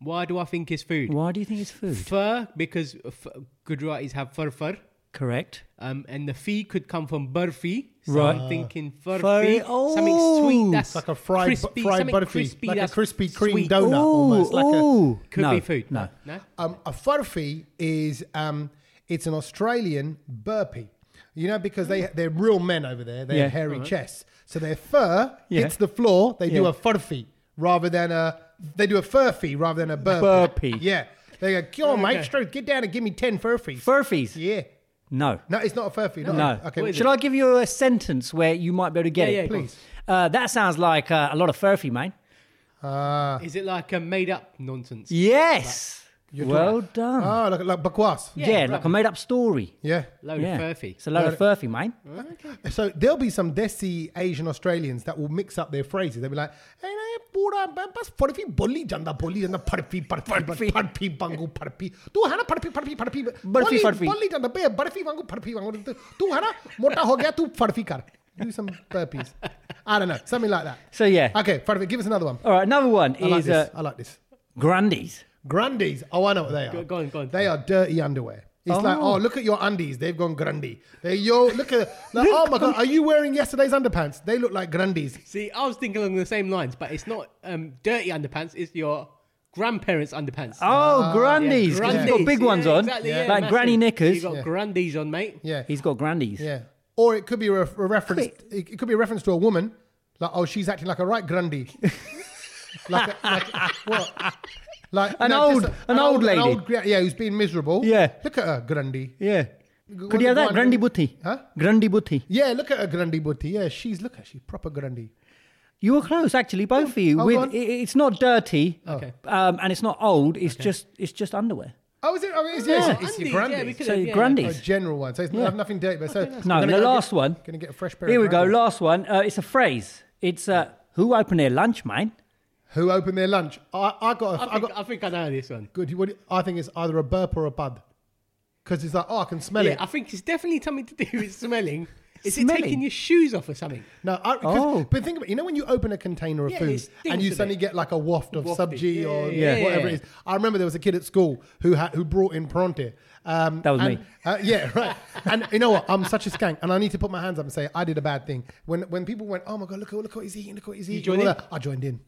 D: Why do I think is food?
C: Why do you think it's food?
D: Fur because f- Gujaratis have fur fur,
C: Correct.
D: um, and the fee could come from burfi. So
C: Right.
D: I'm thinking fur
C: Fur-
D: fee,
C: oh.
D: something sweet. That's
A: Ah. Like a fried,
D: crispy,
A: fried
D: something
A: butterfree,
D: crispy,
A: like a
D: that's
A: Krispy Kreme
D: sweet.
A: donut almost. Like a,
C: ooh.
D: Could
C: no,
D: be food.
C: No.
D: no.
A: Um, a furphy is um, it's an Australian burpee. You know, because they they're real men over there. They
C: Yeah.
A: have hairy chests, so their fur
C: Yeah.
A: hits the floor. They do
C: Yeah.
A: a furphy rather than a they do a furphy rather than a burpee.
C: Burpee.
A: Yeah, they go, come on, mate, straight, get down and give me ten furfies.
C: Furfies.
A: yeah,
C: No.
A: no, it's not a furphy. Not
C: No.
A: A, okay, what is
C: Should
A: it?
C: I give you a sentence where you might be able to get
D: Yeah,
C: it?
D: yeah, go on. Please.
C: Uh, that sounds like uh, a lot of furfy, mate.
D: Is it like a made up nonsense?
C: Yes. well done.
A: Oh, like like bakwas.
C: yeah, like a made up story.
A: yeah.
D: Load
C: yeah.
D: of furphy.
C: It's a load of furfy, mate.
A: So there'll be some desi Asian Australians that will mix up their phrases. They'll be like, "Hey, na, pura ba- bas parfi bolli janda bolli janda parfi parfi
C: Parfi.
A: parfi bangu parfi. Tu hana parfi parfi parfi
C: Barfi,
A: bolli-
C: parfi.
A: bolli janda be parfi bangu parfi bangu. Tu hana mota ho gaya tu parfi kar. Do some burpees. I don't know, something like that.
C: (laughs) So, yeah.
A: Okay, parfi. Give us another one.
C: All right, another one
A: I like
C: is
A: this.
C: uh,
A: I like this.
C: Grandies.
A: Grundies. Oh, I know what they are.
D: Go- go on, go on.
A: They are dirty underwear. It's like,
C: Oh.
A: oh, look at your undies. They've gone grundy. They, yo, look at, like, oh my God, are you wearing yesterday's underpants? They look like grundies.
D: See, I was thinking along the same lines, but it's not um, dirty underpants. It's your grandparents' underpants.
C: Oh, Grandies.
D: Ah, Yeah,
C: 'cause He's got big
D: yeah,
C: ones on,
D: exactly, yeah,
C: like
D: massive.
C: granny knickers.
D: You got grandies on, mate.
A: Yeah.
C: He's got Grandies.
A: yeah. Or it could be a, re- a reference. It, it could be a reference to a woman. Like, oh, she's acting like a right grundy. like, a, like, what? Like
C: An old-
A: just
C: an old lady.
A: gra- yeah, who's being miserable.
C: Yeah.
A: Look at her, grundy.
C: Yeah. Could
A: What
C: you
A: do
C: have that?
A: want?
C: Grandi Butti.
A: Huh?
C: Grandi Butti.
A: Yeah, look at her, grundy booty. Yeah, she's, look at, she's proper grundy.
C: You were close, actually, both of you.
A: oh,
C: with
A: go on.
C: it, it's not dirty,
D: Okay.
C: um, and it's not old. It's just it's just underwear.
A: Oh, is it? Oh, it's, yeah. it's, it's your
D: Undies,
A: grundy.
D: yeah, we could
C: So
D: have- yeah,
A: A
C: Grandies.
A: general one. So it's
C: Yeah.
A: not, nothing dirty. But so
C: No, the last one.
A: Going to get a fresh pair.
C: Here
A: of
C: we go.
A: Grandies.
C: Last one. Uh, it's a phrase. It's uh, who opened their lunch, mate.
A: Who opened their lunch? I, I got. A,
D: I
A: I,
D: think,
A: got
D: I think I know this one.
A: good. What, do you- I think it's either a burp or a bud, because it's like oh, I can smell
D: Yeah,
A: it.
D: I think it's definitely something to do with (laughs) smelling. Is
C: Smelly.
D: it taking your shoes off or something?
A: No, I, 'cause-
C: Oh.
A: but think about it. You know when you open a container of
D: Yeah, it
A: food
D: stinks
A: and you
D: a bit.
A: suddenly get like a waft of
D: Wafty.
A: sub G
D: Yeah,
A: or
D: yeah,
C: yeah.
A: whatever it is. I remember there was a kid at school who had, who brought in Pronte. Um,
C: That was
A: and-
C: me.
A: uh, yeah, (laughs) right. and you know what? I'm such a skank, and I need to put my hands up and say I did a bad thing. When when people went, oh my god, look at look what he's eating, look what he's eating,
D: joined
A: all
D: in?
A: that, I joined in.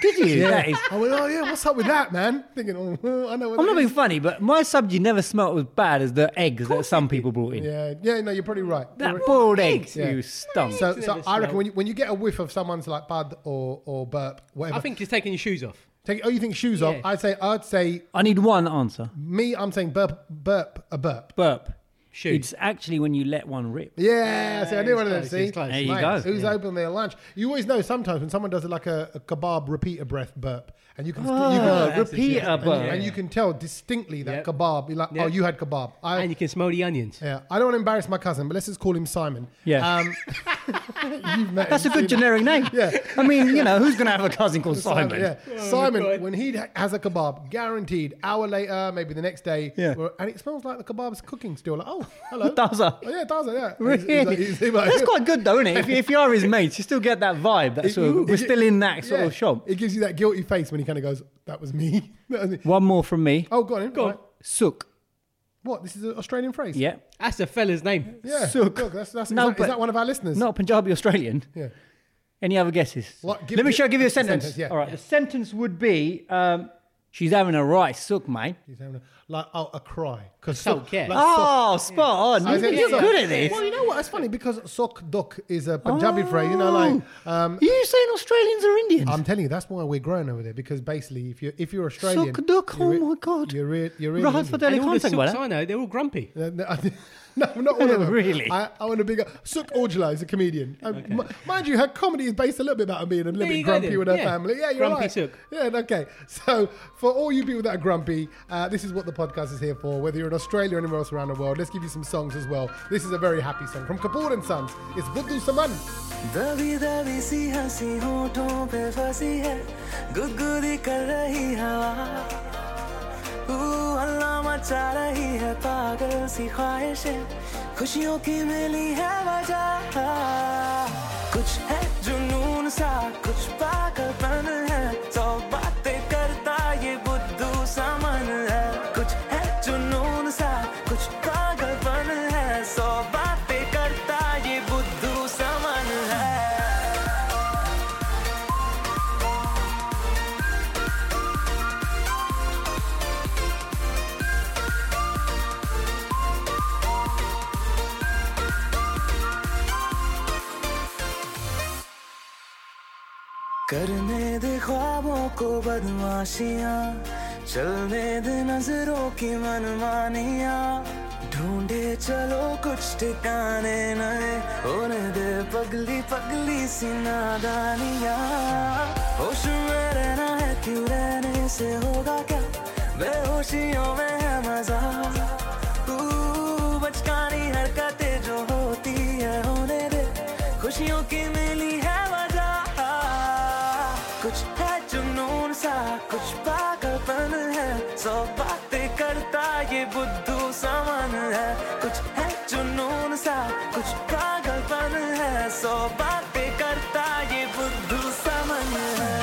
C: Did you?
A: (laughs) Yeah,
C: That is-
A: I went, oh yeah, what's up with that, man? Thinking, oh, I know. What
C: I'm
A: that
C: not being
A: is."
C: funny, but my subji never smelt as bad as the eggs that some people brought in.
A: Yeah, yeah, no, you're probably right.
C: That boiled
A: eggs,
C: eggs,
A: yeah.
C: you stunk.
A: So,
D: Never
A: so I reckon
D: smell.
A: when you, when you get a whiff of someone's like bud or or burp, whatever,
D: I think it's taking your shoes off.
A: Take, oh, you think shoes off?
D: Yeah.
A: I'd say, I'd say,
C: I need one answer.
A: me, I'm saying burp, burp, a burp.
C: Burp.
D: Shoes.
C: It's actually when you let one rip.
A: Yeah, see, I knew
D: it's
A: one of them.
D: close,
A: See,
D: it's close.
C: There you
A: Mate,
C: go.
A: Who's open their lunch? You always know sometimes when someone does it like a, a kebab repeater breath burp, and you can, you can
C: Oh,
A: and-
C: repeat a
A: and,
C: burp.
A: and you can tell distinctly that
D: Yep.
A: kebab. You're like, oh,
D: Yep.
A: you had kebab. I,
D: And you can smell the onions.
A: yeah, I don't want to embarrass my cousin, but let's just call him Simon.
C: Yeah.
A: um, you've met
C: That's a
A: him,
C: good
A: seen him.
C: generic name.
A: (laughs) Yeah.
C: I mean, you know, who's going to have a cousin called Simon?
A: Yeah. Simon,
D: God.
A: when he has a kebab, guaranteed, hour later, maybe the next day,
C: Yeah.
A: we're- and it smells like the kebab's cooking still. Like, oh,
C: (laughs)
A: hello.
C: Dozer.
A: Oh, yeah, Daza, yeah. He's- he's
C: Really?
A: like- he's- he's like-
C: That's
A: (laughs)
C: quite good, though, isn't it? If, if you are his mates, you still get that vibe. That sort of,
A: It-
C: we're still in that sort
A: yeah.
C: of shop.
A: It gives you that guilty face when he kind of goes, that was me. (laughs) That was me.
C: One more from me.
A: Oh, go on. in. All right.
C: Sook.
A: What? This is an Australian phrase?
C: Yeah.
D: That's a fella's name.
A: Yeah.
C: Sook.
A: Look, that's, that's,
C: No,
A: is, that, is
C: but-
A: that one of our listeners?
C: Not Punjabi Australian.
A: Yeah.
C: Any other guesses?
A: What- give-
C: Let me
A: give-
C: show. Give you a
A: a sentence,
C: sentence.
A: yeah.
C: All right. The sentence would be: um, She's having a right sook, mate.
A: He's having a, like, oh, a cry. Because
D: Sook, yeah.
C: Oh, spot on.
A: I said
C: You're
A: sock.
C: good at this. Oh.
A: Well, you know what? It's funny because sock dock is a Punjabi phrase. You know, like um,
C: Are you saying Australians are Indians?
A: I'm telling you, that's why we're growing over there because basically, if you're if you're Australian,
C: Sook duck, oh
A: you're re-
C: my God.
A: you're re- you're really
C: Right for
A: Indian.
C: Delhi
D: And all the
C: contact,
D: sooks
C: well,
D: I know, they're all grumpy.
A: Uh, No, I- (laughs) no, not all of them.
C: Really?
A: I, I want to big up. Sook Orjala is a comedian. Um, m- mind you, her comedy is based a little bit about her being a little
D: There
A: bit
D: you go
A: grumpy
D: then.
A: with her
D: Yeah.
A: family. Yeah, you're
D: Grumpy
A: right.
D: Sook.
A: Yeah, okay. So for all you people that are grumpy, uh, this is what the podcast is here for. Whether you're in Australia or anywhere else around the world, let's give you some songs as well. This is a very happy song from Kapoor and Sons. It's Buddhu Saman.
E: दबी दबी सी हंसी होठों पे फंसी है गुदगुदी कर रही हवा ऊ हल्ला मचा रही है पागल सी ख्वाहिशें खुशियों की मिली है वजह कुछ है जुनून सा कुछ पागलपन है सौ बातें करता ये बुद्धू सामन है कुछ है जुनून सा कुछ पागलपन है सौ बातें करता ये बुद्धू सामन है करने दे ख्वाबों को बदमाशियाँ चलने दे नजरों की मनमानियाँ ढूंढे चलो कुछ ठिकाने नए होने दे पगली पगली सी नादानियाँ होश में रहना है क्यों रहने से होगा क्या बेहोशियों में है मजा ऊ, बचकानी हरकतें जो होती है होने दे खुशियों की मिली है वजह कुछ है जुनून सा कुछ पागलपन है सौ बातें करता ये बुद्धू सामान है कुछ है जुनून सा कुछ पागलपन है सौ बातें करता ये बुद्धू सामान है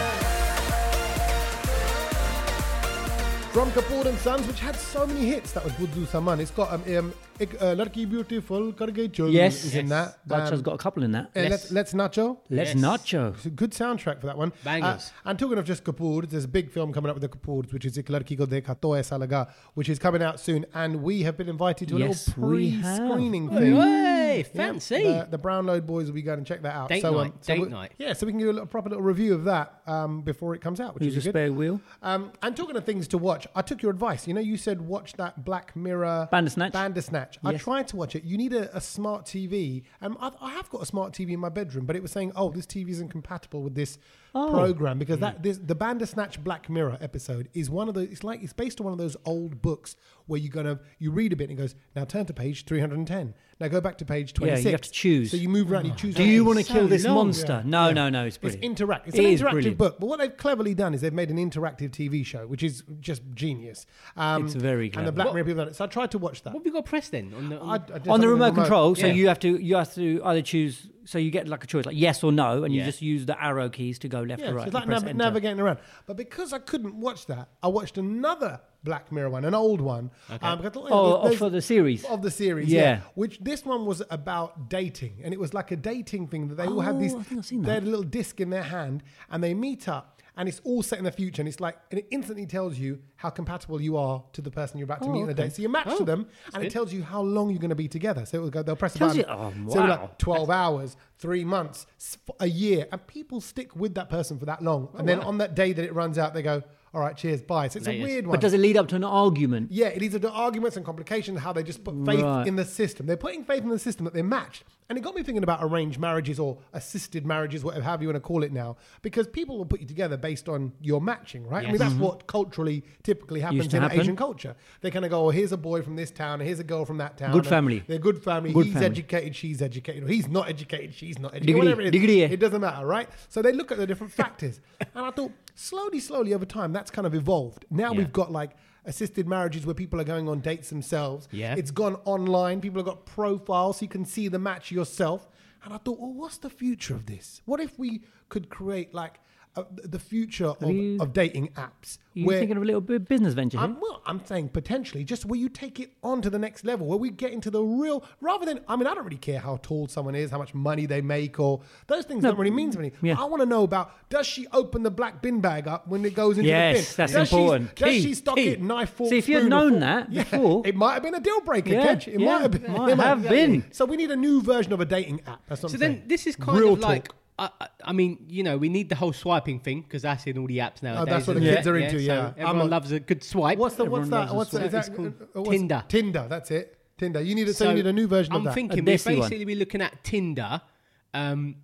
A: From Kapoor and Sons, which had so many hits. That was Buddhu Saman. It's got um, um, ik, uh, Larki Beautiful, Karge Chol
C: Yes.
A: is in that.
C: Nacho's
A: Um,
C: got a couple in that.
A: uh,
C: Let's,
A: let's, let's Nacho.
C: let's nacho.
A: It's a good soundtrack for that one.
D: Bangers.
A: Uh, and talking of just Kapoor, there's a big film coming up with the Kapoors, which is Ik Larki Ko Dekha To Aisa Laga, which is coming out soon. And we have been invited to a
C: Yes,
A: little
C: we have.
A: pre-screening
D: Hey,
A: thing. Yeah,
D: fancy.
A: the, the Brownload boys will be going and check that out.
D: Date
A: so, um,
D: night,
A: so
D: date
A: we-
D: night.
A: Yeah, so we can do a little, proper little review of that um, before it comes out, which
C: Use a
A: is good.
C: spare wheel.
A: Um, and talking of things to watch, I took your advice. You know, you said watch that Black Mirror
C: Bandersnatch.
A: Bandersnatch. I
C: Yes.
A: tried to watch it. You need a, a smart TV. Um, I've, I have got a smart TV in my bedroom, but it was saying, "Oh, this TV isn't compatible with this
C: Oh.
A: program because that this the Bandersnatch Black Mirror episode is one of the. It's like it's based on one of those old books where you're gonna you read a bit and it goes now turn to page 310. Now go back to page 26.
C: have to choose.
A: So
C: Oh,
A: you move around. You choose.
C: Do
A: one.
C: you want to
D: so
C: kill this
D: long.
C: monster?
A: Yeah.
C: No,
A: Yeah.
C: no, no. It's brilliant.
A: It's interact. It's
C: It
A: an
C: is
A: interactive good book. But what they've cleverly done is they've made an interactive TV show, which is just genius. Um,
C: It's very
A: And the
C: clever.
A: Black
C: What-
A: Mirror people done it. So I tried to watch that.
D: What have you got to press then? On the, on
A: I- I did
C: on
A: something
C: the
A: with
C: remote control, so
D: yeah.
C: you have to you have to either choose. So you get like a choice, like yes or no, and you
D: Yeah.
C: just use the arrow keys to go left
A: Yeah,
C: or
A: so
C: right.
A: it's
C: You
A: like
C: press
A: nav-
C: enter.
A: navigating around. But because I couldn't watch that, I watched another Black Mirror one, an old one. Um, because I thought, you know,
C: Oh,
A: there's-
C: oh,
A: there's-
C: for the series.
A: Of the series, yeah.
C: Yeah.
A: Which this one was about dating, and it was like a dating thing that they all have
C: Oh,
A: these.
C: I think I've seen
A: They had
C: that.
A: a little disc in their hand, and they meet up, and it's all set in the future, and it's like, and it instantly tells you how compatible you are to the person you're about
C: Oh,
A: to meet in a date. So you're matched to them, and it tells you how long you're going to be together. So it will go. They'll press a
C: Tells
A: button.
C: you- oh,
A: So it'll be
C: wow.
A: like twelve hours, three months, s- a year, and people stick with that person for that long, and
C: Oh,
A: then on that day that it runs out, they go. All right, cheers, bye. So it's a
D: Latest.
A: weird one.
C: But does it lead up to an argument?
A: Yeah, it leads to arguments and complications how they just put faith
C: Right.
A: in the system. They're putting faith in the system that they're matched. And it got me thinking about arranged marriages or assisted marriages, whatever however you want to call it now, because people will put you together based on your matching, right? I mean,
D: Yes.
A: that's what culturally typically happens
C: Mm-hmm. Used to
A: in
C: happen.
A: Asian culture. They kind of go, oh, here's a boy from this town, here's a girl from that town.
C: Good
A: and
C: family.
A: They're good family.
C: Good
A: he's
C: family.
A: educated, she's educated, or he's not educated, she's not educated.
C: Degree,
A: whatever it is.
C: degree.
A: It doesn't matter, right? So they look at the
D: (laughs)
A: different factors. And I thought, slowly, slowly over time, that's kind of evolved. Now
D: Yeah.
A: we've got like assisted marriages where people are going on dates themselves.
D: Yeah.
A: It's gone online. People have got profiles so you can see the match yourself. And I thought, well, what's the future of this? What if we could create like a, the future of,
C: you-
A: of dating apps?
C: You're thinking of a little bit business venture. here?
A: I'm, well, I'm saying potentially, just where you take it on to the next level, where we get into the real, rather than, I mean, I don't really care how tall someone is, how much money they make, or those things don't really mean to me.
C: yeah.
A: I want to know about does she open the black bin bag up when it goes into the bin?
C: Yes, that's
A: does
C: important.
A: She, does
C: Key,
A: she stock
C: key.
A: it knife, fork,
C: See, if you had
A: spoon, or
C: known
A: fork?
C: that
A: Yeah,
C: before-
A: it might have been a deal breaker,
C: Yeah,
A: Kedge. It might
C: yeah,
A: have been.
C: might
A: it might-
C: have been.
A: So we need a new version of a dating app. That's what
D: So
A: I'm
D: then
A: saying.
D: this is kind
A: Real
D: of like.
A: talk.
D: I, I- I mean, you know, we need the whole swiping thing because that's in all the apps nowadays.
A: Oh, that's what
D: isn't
A: the
D: it?
A: kids are into,
D: so
A: yeah.
D: everyone
A: I'm a-
D: loves a good swipe.
A: What's the, what's that? What's that?
D: swipe.
A: Is that
D: It's called
A: uh, what's-
D: Tinder.
A: Tinder, that's it. Tinder. You need, a, so, you need a new version
D: I'm
A: of that.
D: thinking
C: A
D: we're
C: desi one.
D: basically we're looking at Tinder um,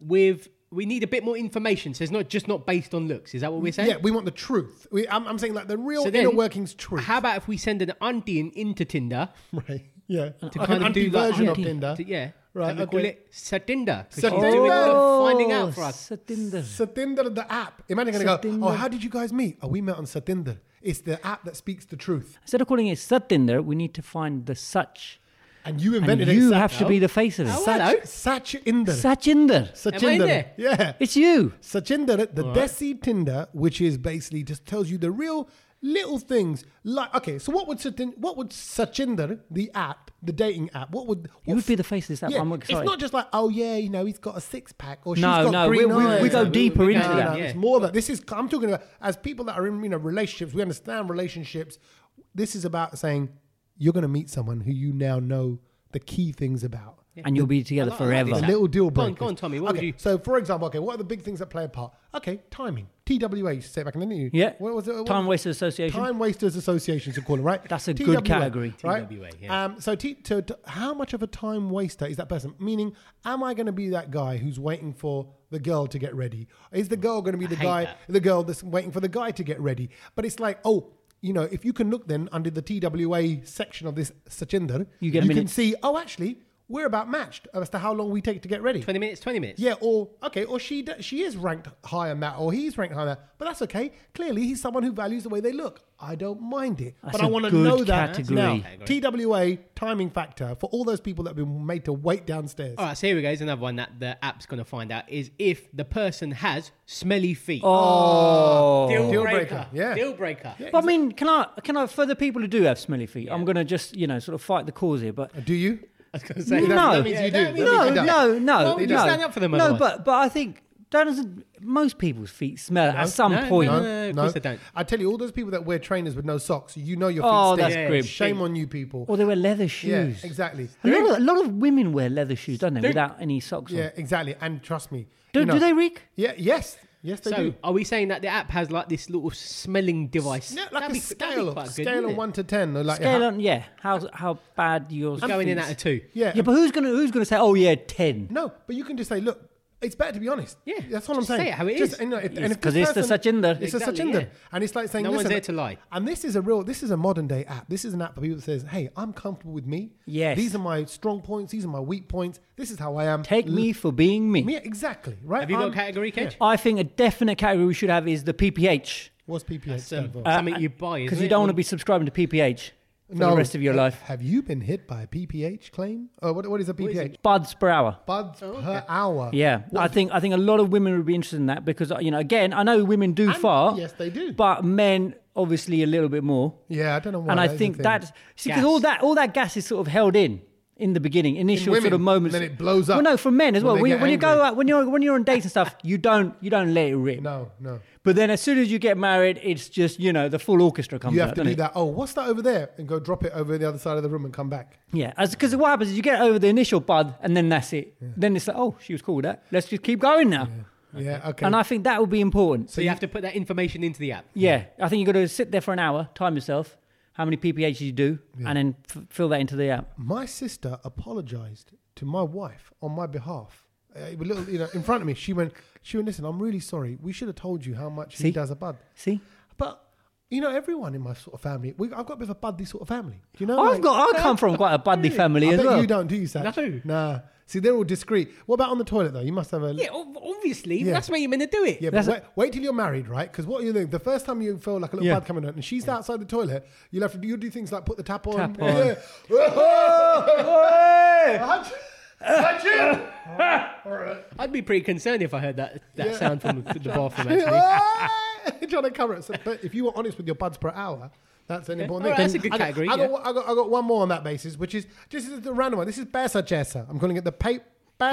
D: with we need a bit more information. So it's not just not based on looks. Is that what we're saying?
A: Yeah, we want the truth. We, I'm, I'm saying like the real
D: So
A: inner
D: then,
A: workings truth.
D: How about if we send an auntie in- into Tinder?
A: (laughs) right? Yeah, to
D: kind of do like
A: version of
D: auntie-
A: Tinder.
D: to- yeah.
A: Right,
D: And we call
A: okay.
D: it Satinder. 'cause she's
A: Satinder!
D: doing a lot of finding out for
C: Oh,
D: us.
C: Satinder.
A: Satinder, the app. Imagine going to go. Oh,
C: Satinder.
A: how did you guys meet? Oh, we met on Satinder. It's the app that speaks the truth.
C: Instead of calling it Satinder, we need to find the such.
A: And you
C: And
A: invented it.
C: you
A: Sat-
C: have to be the face of it.
D: Oh,
C: Sa-
D: hello.
A: Sachinder.
C: Sachinder.
A: Sachinder.
D: there?
A: Yeah.
C: It's you.
A: Sachinder, the Desi Tinder, which is basically just tells you the real little things. Like, okay, so what would Satin, what would Sachinder, the app, the dating app, what would what
C: You would be the face of this app.
A: Yeah,
C: I'm excited.
A: It's not just like, oh yeah, you know, he's got a six pack or she's
C: No,
A: got
C: no, we-
A: green
C: we- we
A: eyes.
C: go
A: No,
C: deeper
A: no,
C: into
A: no,
C: that.
A: no, It's
D: Yeah.
A: more that this is. I'm talking about as people that are in you know relationships. We understand relationships. This is about saying you're going to meet someone who you now know the key things about.
C: And you'll be together
D: I like
C: forever.
D: this
A: The
D: app.
A: little deal
D: Go on,
A: breakers.
D: go on, Tommy, what would
A: okay,
D: you-
A: So, for example, okay, what are the big things that play a part? Okay, timing. TWA, you say back in the new.
C: Yeah.
A: What was it? what-
C: Time Wasters Association.
A: Time Wasters Association, to call it, right?
C: That's a good
A: TWA,
C: category.
A: Right?
D: TWA, yeah.
A: Um, so, t- to, to- how much of a time waster is that person? Meaning, am I going to be that guy who's waiting for the girl to get ready? Is the girl going to be the
D: hate
A: guy,
D: that.
A: the girl that's waiting for the guy to get ready? But it's like, oh, you know, if you can look then under the TWA section of this Sachinder,
C: You get a
A: you can
C: minute.
A: see, oh, actually, we're about matched as to how long we take to get ready.
D: Twenty minutes. Twenty minutes.
A: Yeah, or okay, or she d- she is ranked higher than that, or he's ranked higher than that. But that's okay. Clearly, he's someone who values the way they look. I don't mind it,
C: That's
A: but I
C: a
A: want to
C: good
A: know that
C: category.
A: now. TWA timing factor for all those people that have been made to wait downstairs.
D: All right, so here we go. Here's another one that the app's going to find out is if the person has smelly feet.
C: Oh.
D: deal,
A: Deal
D: breaker.
A: breaker, yeah.
D: Deal breaker.
C: But I mean, can I, can I, for the people who do have smelly feet, I'm going to just, you know, sort of fight the cause here. But
A: Do you?
C: no,
A: that means you do. That means you
C: no,
A: don't.
C: no, no,
D: Why
C: no.
D: would you stand up for them
C: No,
D: otherwise?
C: but but I think that doesn't. Most people's feet smell at some
D: no,
C: point.
D: no, no. of course they don't.
A: I tell you, all those people that wear trainers with no socks, you know your feet
C: Oh,
A: stink.
C: that's Yeah, grim.
A: Shame on you, people.
C: Or they wear leather
A: yeah,
C: shoes.
A: exactly.
C: A lot, of, a lot of women wear leather shoes, don't they, without any socks
A: Yeah,
C: on?
A: exactly. And trust me,
C: Do,
A: you know-
C: do they reek?
A: Yeah. Yes. Yes, they
D: So,
A: do.
D: are we saying that the app has like this little smelling device?
A: Yeah, like
D: That'd
A: a
D: be- that'd be
A: scale,
D: quite
A: of
D: good,
A: scale
D: wouldn't
A: of
D: it?
A: one to ten. or Like
C: Scale
A: how-
C: on, yeah. How how bad yours?
D: Going in
C: feet-
D: at a two.
A: Yeah,
C: Yeah, but who's gonna who's gonna say? Oh yeah, ten.
A: No, but you can just say, look, It's better to be honest.
D: Yeah,
A: that's what
D: just
A: I'm saying.
D: say it how it
A: Just-
D: is.
A: and, you know, if-
C: It's
A: and if
C: 'cause
A: this
C: it's the
A: person-
C: Sachinder.
A: It's
D: Exactly,
A: a Sachinder,
D: yeah.
A: and it's like saying
D: No one's
A: "Listen,"
D: there to lie.
A: And this is a real, this is a modern day app. This is an app for people that says, "Hey, I'm comfortable with me.
C: Yes.
A: these are my strong points. These are my weak points. This is how I am.
C: Take
A: L-
C: me for being me.
A: me exactly. Right?
D: Have you got
A: I'm-
D: a category, Kedge?
C: I think a definite category we should have is the PPH.
A: What's PPH? stand for?
D: Something you buy
C: Because
D: isn't
C: you
D: it?
C: don't
D: Or-
C: want to be subscribing to PPH for the rest of your life.
A: Have you been hit by a PPH claim? Oh, what, what is a PPH?
C: Buds per hour.
A: Buds
D: Oh,
A: per hour.
C: Yeah, I think I think a lot of women would be interested in that because you know, again, I know women do fart.
A: yes, they do.
C: But men, obviously, a little bit more.
A: Yeah, I don't know why.
C: and I
A: that is a
C: think
A: thing.
C: that's see 'cause
D: Gas.
C: all that all that gas is sort of held in in the beginning, initial
A: women,
C: sort of moments.
A: then it blows up
C: Well, no, for men as
A: when
C: well.
A: they
C: When, you,
A: get
C: when you go
A: angry.
C: out, when you're when you're on dates and
A: (laughs)
C: stuff, you don't you don't let it rip.
A: no, no.
C: But then as soon as you get married, it's just you know the full orchestra comes.
A: You
C: out,
A: have to
C: doesn't
A: do
C: it?
A: that. Oh, what's that over there? And go drop it over the other side of the room and come back.
C: Yeah, because what happens is you get over the initial bud, and then that's it. Then it's like, oh, she was cool with that. Let's just keep going now.
A: Yeah, okay.
C: And I think that would be important.
D: So you have to put that information into the app.
C: Yeah, I think you've got to sit there for an hour, time yourself, how many PPHs you do, and then f- fill that into the app.
A: my sister apologized to my wife on my behalf. Uh, it was a little, you know, in front of me, she went, she went, listen, I'm really sorry. We should have told you how much
C: See?
A: he does a bud.
C: See?
A: But you know, everyone in my sort of family, we, I've got a bit of a buddy sort of family. You know,
C: I've
A: like-
C: got. I come from quite a buddy family
A: I
C: as
A: bet
C: well.
A: you don't, do you, Satch?
D: No.
A: Nah. See, they're all discreet. What about on the toilet though? You must have a.
D: Yeah, ob- obviously.
A: Yeah.
D: That's where you're meant to do it.
A: Yeah, but wait, wait till you're married, right? Because what you doing? The first time you feel like a little
C: Yeah.
A: bud coming out, and she's outside the toilet, you'll have to you will do things like put the tap on.
C: Tap on.
A: Yeah. (laughs) Hutch- Hutch-
D: I'd be pretty concerned if I heard that that sound from the, the
A: (laughs)
D: bathroom. Actually,
A: Trying to cover it. So, but if you were honest with your buds per hour, that's an important
D: All
A: thing.
D: right, that's a good
A: I got-
D: category,
A: I got,
D: yeah.
A: one- I, got, I got one more on that basis, which is this is the random one. This is Bessa Chaser. I'm calling it the pa-
C: Bessa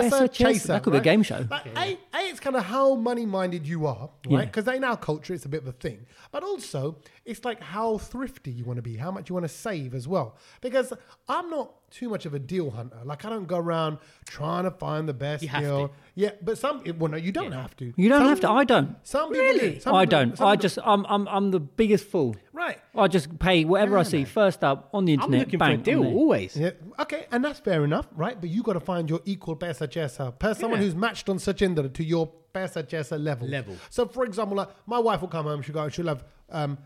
A: Bessa
C: Chaser.
A: Chaser.
C: That could be a
A: right?
C: game show.
A: Like, a, a, it's kind of how money minded you are, right?
C: Yeah.
A: Because in our culture, it's a bit of a thing. But also, it's like how thrifty you want to be, how much you want to save as well. Because I'm not too much of a deal hunter. Like, I don't go around trying to find the best
D: You have
A: deal.
D: to.
A: Yeah, but some, well, no, you don't have to.
C: You don't
A: Some
C: have to. I don't.
A: some people
D: Really?
A: do. Some
C: I
A: people
C: don't.
A: some
C: I
A: people-
C: just. I'm. I'm. I'm the biggest fool.
A: right.
C: I just pay whatever I see first up on the
D: I'm
C: internet.
D: looking
C: bang,
D: for a deal
C: on there.
D: always.
A: Yeah. Okay, and that's fair enough, right? But you got to find your equal Paisa Chesa, per someone who's matched on Sachinder to your Paisa Chesa level.
D: Level.
A: So, for example, like my wife will come home. She'll go. She'll have um,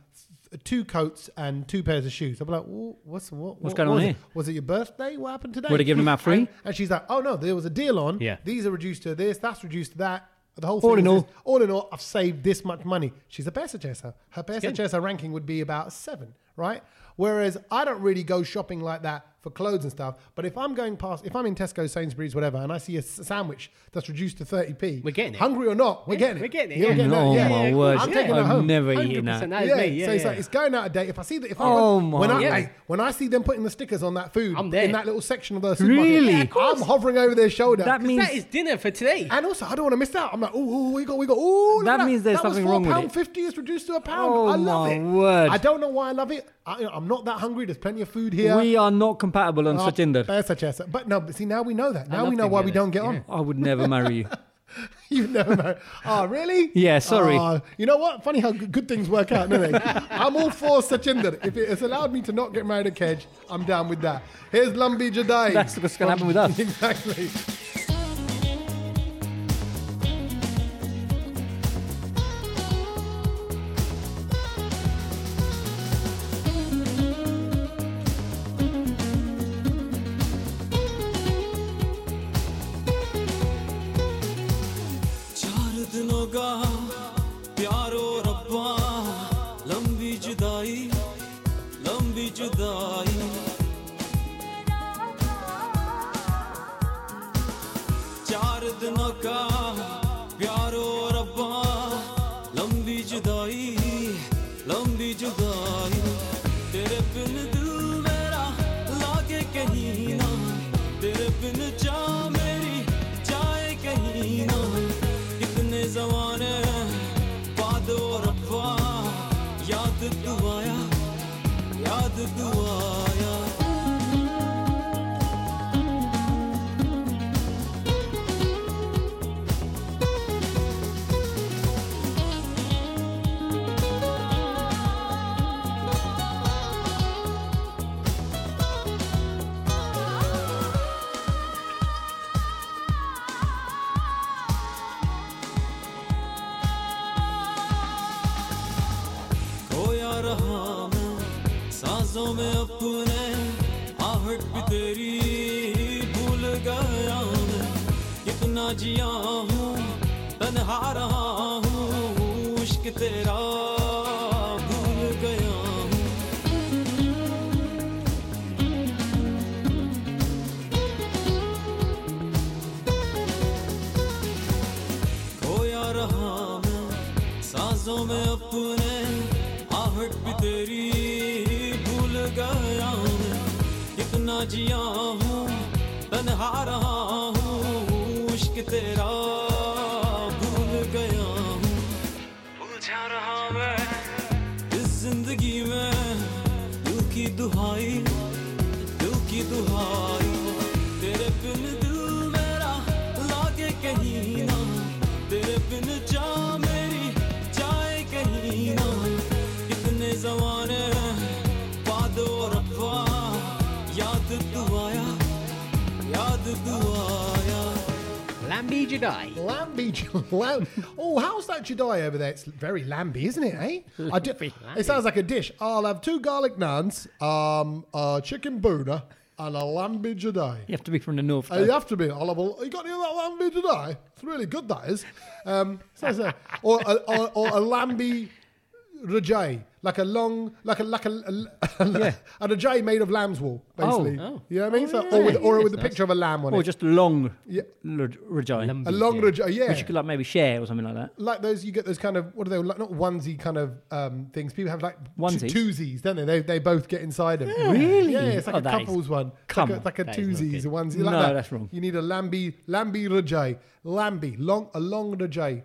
A: th- two coats and two pairs of shoes. I'll be like, "Wha- what's what,
C: What's
A: what
C: going on
A: was
C: here?
A: It? Was it your birthday? What happened today?
C: Would've given them out free.
A: And, and she's like, oh no, there was a deal on.
D: Yeah.
A: These are reduced to this. That's reduced to that. The whole thing
C: All in
A: is
C: all-
A: this. all in all, I've saved this much money. She's a Paisa Chesa. Her Paisa Chesa ranking would be about seven, right? Whereas I don't really go shopping like that for clothes and stuff. But if I'm going past, if I'm in Tesco, Sainsbury's, whatever, and I see a s- sandwich that's reduced to 30p,
D: We're getting it.
A: Hungry or not, we're getting it.
D: we're getting it,
A: You're
D: yeah.
A: getting
C: Oh
A: it,
C: my word!
A: I'm taking it
C: I've
A: home.
C: never
D: 100%
C: eaten that.
D: that is
A: yeah,
D: me. Yeah,
A: so it's
D: yeah.
A: like it's going out of date. If I see that, if I
C: Oh
A: when,
C: my
A: when I
C: God.
A: hey, when I see them putting the stickers on that food,
D: I'm there.
A: in that little section of the
C: Really? Yeah,
A: supermarket,
C: of course.
A: I'm hovering over their shoulder.
C: That means
D: that is dinner for today.
A: And also, I don't want to miss out. I'm like, ooh, ooh we got, we got, ooh. look
C: That
A: at
C: means there's
A: that was
C: something wrong with it.
A: £4.50, It's reduced to a pound.
C: Oh,
A: I love
C: my
A: it.
C: word.
A: I don't know why I love it. I, I'm not that hungry. There's plenty of food here.
C: we are not compatible on
A: Oh,
C: Sachinder.
A: that's such a- But no, but see, now we know that. Now we
D: love
A: know why
D: Tinder,
A: we don't get on.
C: I would never marry you.
A: (laughs) You never know. Oh, really?
C: Yeah, sorry.
A: Oh, you know what? Funny how good good things work out, don't they? (laughs) I'm all for Sachinder. If it has allowed me to not get married a Kedge, I'm down with that. Here's Lumbi Jadai.
C: That's what's gonna happen with
A: (laughs)
C: us.
A: exactly.
E: चार दिनों का प्यारो रब्बा लंबी जुदाई लंबी जुदाई चार दिनों का प्यारो रब्बा लंबी जुदाई लंबी जुदाई तेरे बिन दिल मेरा लागे कहीं ना तेरे बिन जा मेरी जाए कहीं ना कितने जमाने बाद और रब्बा याद तू आया याद तू आया आजों में अपने आहट भी तेरी भूल गया मैं कितना जिया हूँ तन्हा रहा हूँ इश्क तेरा भूल गया हूँ खोया रहा मैं साजों में अपने आहट भी तेरी भूल गया मैं कितना जिया हूँ तन्हा रहा हूँ इश्क तेरा भूल गया हूँ उलझा रहा मैं इस जिंदगी में दिल की दुहाई दिल की दुहाई तेरे बिन दिल मेरा लागे कहीं ना तेरे बिन जा मेरी जाए कहीं ना कितने जमाने बाद और अफवा याद तू आया याद तू आया
D: Lambi Jedi.
A: (laughs) Lambi, lamb. Oh, how's that Jedi over there? It's very lamby, isn't it? Eh? I do, it sounds like a dish. I'll have two garlic naans, um, a chicken boona, and a lambi Jedi.
C: You have to be from the north.
A: Uh, you have to be. I'll have a, you got any of that lambi Jedi? It's really good. That is. Um, so- so- or, a, or, or a lambi rajay, like a long, like a like a, a, (laughs) a rajay made of lamb's wool, basically.
D: Oh.
A: You know what I mean?
D: Oh,
A: so,
D: yeah,
A: or with,
D: yeah,
A: or
D: yeah,
A: with a
D: that's
A: picture of a lamb on
C: or
A: it.
C: just long
A: Yeah.
C: l- Rajai.
A: a long rajay, yeah.
C: Which you could like maybe share or something like that.
A: like those you get those kind of what are they like not onesie kind of um things people have like two-
C: Onesies?
A: twosies don't they they, they both get inside them really yeah it's like
C: Oh,
A: a
C: that is-
A: couples one It's
C: come
A: like a,
C: on,
A: like a
D: that is not
A: twosies a
D: good.
A: onesie like
C: No,
A: that.
C: that's wrong.
A: you need a lambi lambi rajay lambi long a long rajay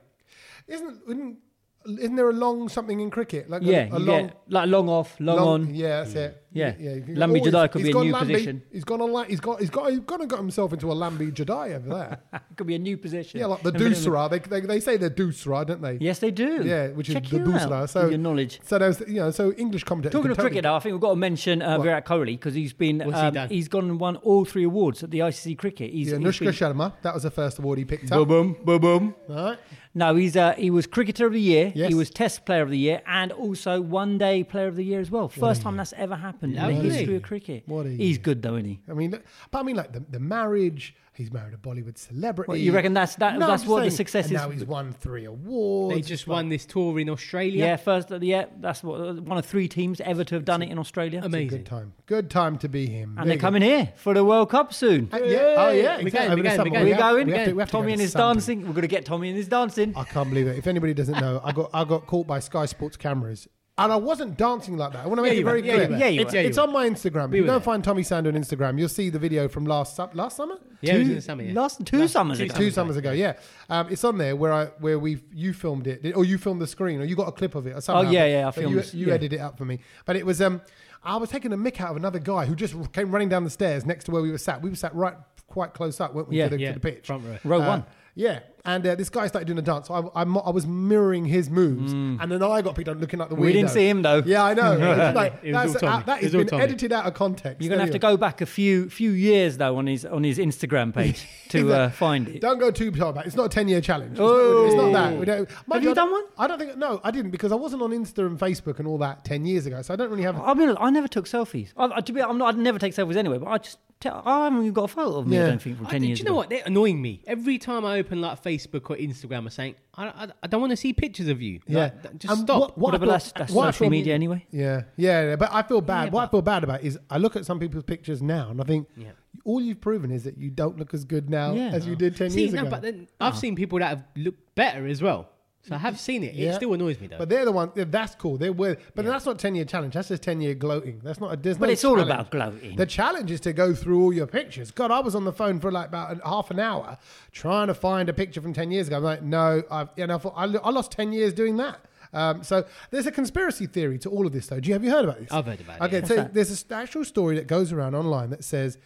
A: isn't isn't isn't there a long something in cricket like a-
C: Yeah,
A: a,
C: you
A: long
C: get like long off, long, on.
A: yeah, that's it.
C: Yeah.
A: you can-
C: Lambi
A: he's-
C: Jedi could
A: he's
C: be a
A: gone
C: new
A: Lambi.
C: position.
A: He's gone a la- he's got he's got he's gone and got himself into a Lambi Jedi over
C: (laughs)
A: there.
C: It could be a new position.
A: yeah, like the
C: And we don't-
A: Doosra. They, they they say they're Doosra, don't they?
C: Yes, they do.
A: Yeah, which
C: Check
A: is the
C: you
A: Boosla.
C: out
A: So
C: with your knowledge.
A: So there's you know so English commentators.
C: Talking
A: can
C: of
A: totally-
C: cricket, though, I think we've got to mention uh, Virat Kohli because he's been
D: What's he
C: um,
D: done?
C: he's gone and won all three awards at the ICC cricket. He's,
A: yeah,
C: he's
A: Anushka
C: been-
A: Sharma. That was the first award he picked up.
C: Boom, boom, boom.
A: All right.
C: No, he's uh, he was cricketer of the year.
A: Yes.
C: He was Test player of the year and also one day player of the year as well. First time that's ever happened in
D: Lovely.
C: the history of cricket.
A: What a
C: he's good though, isn't he?
A: I mean, look- but I mean, like the, the marriage. He's married a Bollywood celebrity.
C: What, you reckon that's- that-
A: I'm
C: that's
A: just
C: what the
A: saying.
C: success
A: And
C: is?
A: Now he's won three awards.
D: They just won this tour in Australia.
C: Yeah, first. uh, Yeah, that's what one of three teams ever to have done it in Australia.
A: Good
D: Amazing.
A: time. Good time to be him.
C: And
A: There
C: they're
A: you
C: coming here for the World Cup soon.
A: go. Uh, yeah. Oh yeah.
D: We
A: exactly.
D: can,
A: Over
D: we
A: the
D: can,
A: summer.
D: we can.
C: We're
A: have-
C: going.
A: we have to- we have to go
C: Tommy
A: to Oh,
C: and his
A: something.
C: dancing. We're going to get Tommy and his dancing.
A: I can't believe it. If anybody doesn't know, I got I got caught by Sky Sports cameras. And I wasn't dancing like that. I want to make
D: you
A: it very
D: were. Yeah,
A: clear.
D: you were.
C: Yeah, you
A: it's
D: were.
A: it's on my Instagram. If you
D: were
A: go and
D: there.
A: find Tommy Sando on Instagram, you'll see the video from last su- last summer.
D: Yeah, it was in the summer, yeah.
C: Last two summers ago.
A: Two summers ago, yeah. Um, it's on there where I where we you filmed it, or you filmed the screen, or you got a clip of it, or something.
C: Oh, yeah, yeah, I
A: You,
C: filmed-
A: you
C: yeah.
A: edited it up for me, but it was um, I was taking a mick out of another guy who just came running down the stairs next to where we were sat. We were sat right quite close up, weren't we?
C: Yeah,
A: to the,
D: yeah.
A: to the pitch,
D: Front row.
C: Row
A: Uh,
C: one.
A: Yeah, and uh, this guy started doing a dance. So I, I, mo- I was mirroring his moves, and then I got picked up looking like the weirdo.
C: Mm. We didn't see him, though.
A: Yeah, I know.
C: (laughs)
A: It was like,
D: It was all
A: that's-
D: Tommy.
A: uh, that
D: It
A: has
D: was all
A: been
D: Tommy.
A: edited out of context.
C: You're going to have to
A: Anyway.
C: go back a few few years though on his on his (laughs) Instagram page to uh, find it.
A: Don't go too far back. It's not a ten-year challenge. It's,
C: Oh.
A: not, it's not that. We don't, mind
C: you
A: I-
C: done one?
A: I don't think. No, I didn't because I wasn't on Insta and Facebook and all that ten years ago. So I don't really have.
C: I mean, I never took selfies. I, I, to be, I'm not. I never take selfies anyway. But I just, tell, I haven't even got a photo of me.
A: Yeah.
C: I don't think from
D: I-
C: ten
D: do
C: years.
D: you know
C: ago.
D: what? They're annoying me. Every time I open like Facebook or Instagram, I'm saying, I, I, I don't want to see pictures of you.
A: Yeah.
D: Like, th- just
A: And
D: stop.
A: what-
C: Whatever,
A: I
C: that's,
A: thought-
C: that's
A: what I
C: social
A: thought-
C: media anyway.
A: Yeah, yeah, yeah. But I feel bad.
D: Yeah,
A: what I
D: but-
A: feel bad about is I look at some people's pictures now and I think
D: Yeah.
A: all you've proven is that you don't look as good now
C: Yeah.
A: as you did ten
D: See,
A: years
D: no,
A: ago. Ah.
D: but then I've seen people that have looked better as well. So I have seen it. It
A: Yeah.
D: still annoys me though.
A: But they're the one. yeah, That's cool. They're worth. But that's not ten year challenge. That's just ten year gloating. That's not. A, there's
C: But
A: no
C: it's all
A: challenge.
C: about gloating.
A: The challenge is to go through all your pictures. God, I was on the phone for like about an, half an hour trying to find a picture from ten years ago. I'm like, no, I've and I thought I, lo- I lost ten years doing that. Um, so there's a conspiracy theory to all of this, though. Do you have you heard about this?
D: I've heard about it,
A: okay,
D: yeah.
A: Okay, so there's this actual story that goes around online that says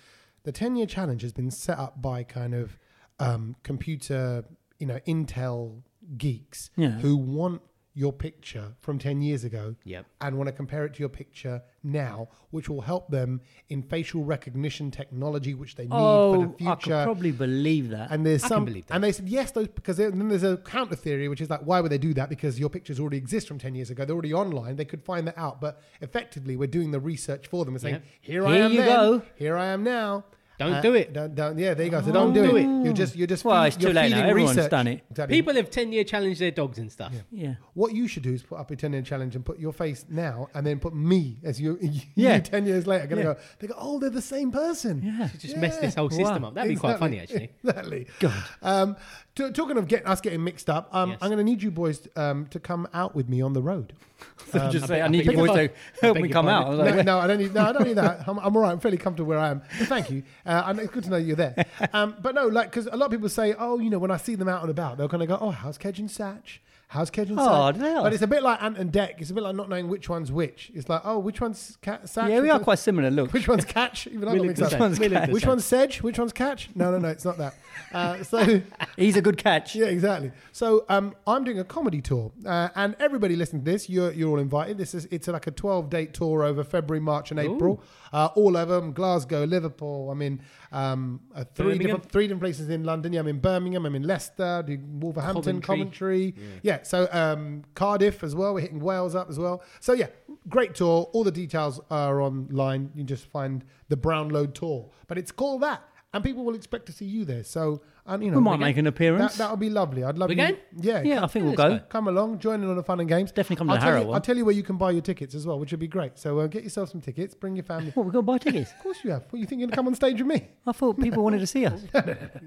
A: the 10 year challenge has been set up by kind of um, computer, you know, Intel geeks
C: Yeah.
A: who want your picture from 10 years ago
D: Yep.
A: and want to compare it to your picture now, which will help them in facial recognition technology, which they need for the
C: Oh, I could
A: future.
C: probably believe that.
A: and there's
D: I can
A: some,
D: believe that.
A: and they said yes, those because there- and then there's a counter theory, which is like, why would they do that? Because your pictures already exist from ten years ago; they're already online. They could find that out, but effectively, we're doing the research for them and saying,
D: Yep.
A: here I
C: Here
A: am
C: you
A: then,
C: go.
A: here I am now. Uh,
D: Don't do it.
A: Don't, don't, yeah, there you go. So don't, do it. You're just, you're just.
C: Well,
A: feed-
C: it's too
A: you're
C: late now.
A: feeding
C: Everyone's
A: research.
C: done it.
A: Exactly.
D: People have 10 year challenged their dogs and stuff.
C: yeah.
A: What you should do is put up a 10 year challenge and put your face now and then put me as you, (laughs) you
C: Yeah.
A: 10 years later. Gonna
C: Yeah.
A: go, they go, oh, they're the same person.
C: Yeah.
D: Just mess this whole system up. That'd be quite
A: (laughs)
D: funny, actually.
A: Exactly. God. Um, t- talking of get, us getting mixed up, um,
D: Yes.
A: I'm going to need you boys um, to come out with me on the road.
C: So just say, I,
D: I
C: need
D: beg
C: your
D: your
C: (laughs) voice to
D: pardon.
C: help
D: I
C: me
D: beg
C: come
D: your
C: out. I was
D: pardon.
C: like,
A: No, no, I don't need. No, I don't need that. I'm, I'm all right. I'm fairly comfortable where I am. But thank you. Uh, and it's good to know you're there. Um, but no, like, because a lot of people say, oh, you know, when I see them out and about, they'll kind of go, oh, how's Kedge and Satch? How's Kedge and
C: Oh,
A: Satch?
C: do they?
A: But it's a bit like Ant and Deck. It's a bit like not knowing which one's which. It's like, oh, which one's Ca- Satch?
C: (laughs) yeah, we
A: Which
C: are
A: one's-
C: quite similar.
A: (laughs)
C: Look,
A: Which one's Catch? Even I got
D: look
A: mixed
D: the
A: up.
D: same. Which We look one's- the
A: Which
D: same.
A: one's Sedge? Which one's Catch? No, no, no, it's not that. Uh,
D: (laughs)
A: so
C: he's a good catch.
A: yeah, exactly. So um, I'm doing a comedy tour, uh, and everybody listening to this, you're you're all invited. This is it's like a 12 date tour over February, March, and April, uh, all over um, Glasgow, Liverpool. I'm in um, uh, three
D: Birmingham?
A: different three different places in London. Yeah, I'm in Birmingham. I'm in Leicester, do Wolverhampton, Coventry.
D: Coventry.
A: Yeah. so um, Cardiff as well. We're hitting Wales up as well. So yeah, great tour. All the details are online. You just find the Brownlow tour, but it's called that. And people will expect to see you there. So, and you know,
C: We might
A: again,
C: make an appearance.
A: That, that would be lovely. I'd love
D: We
A: you.
D: going?
A: Yeah,
C: Yeah, I
A: come,
C: think we'll
D: Yeah,
C: go.
D: it's
A: come along, join in on the fun and games.
C: Definitely come to
A: I'll
C: the
A: tell
C: Harrow
A: you,
C: one.
A: I'll tell you where you can buy your tickets as well, which would be great. So uh, get yourself some tickets, bring your
C: (laughs)
A: family.
C: What,
A: of
C: we're going to buy tickets?
A: course you have. What you think you're gonna come on stage with me?
C: I thought people wanted to see us.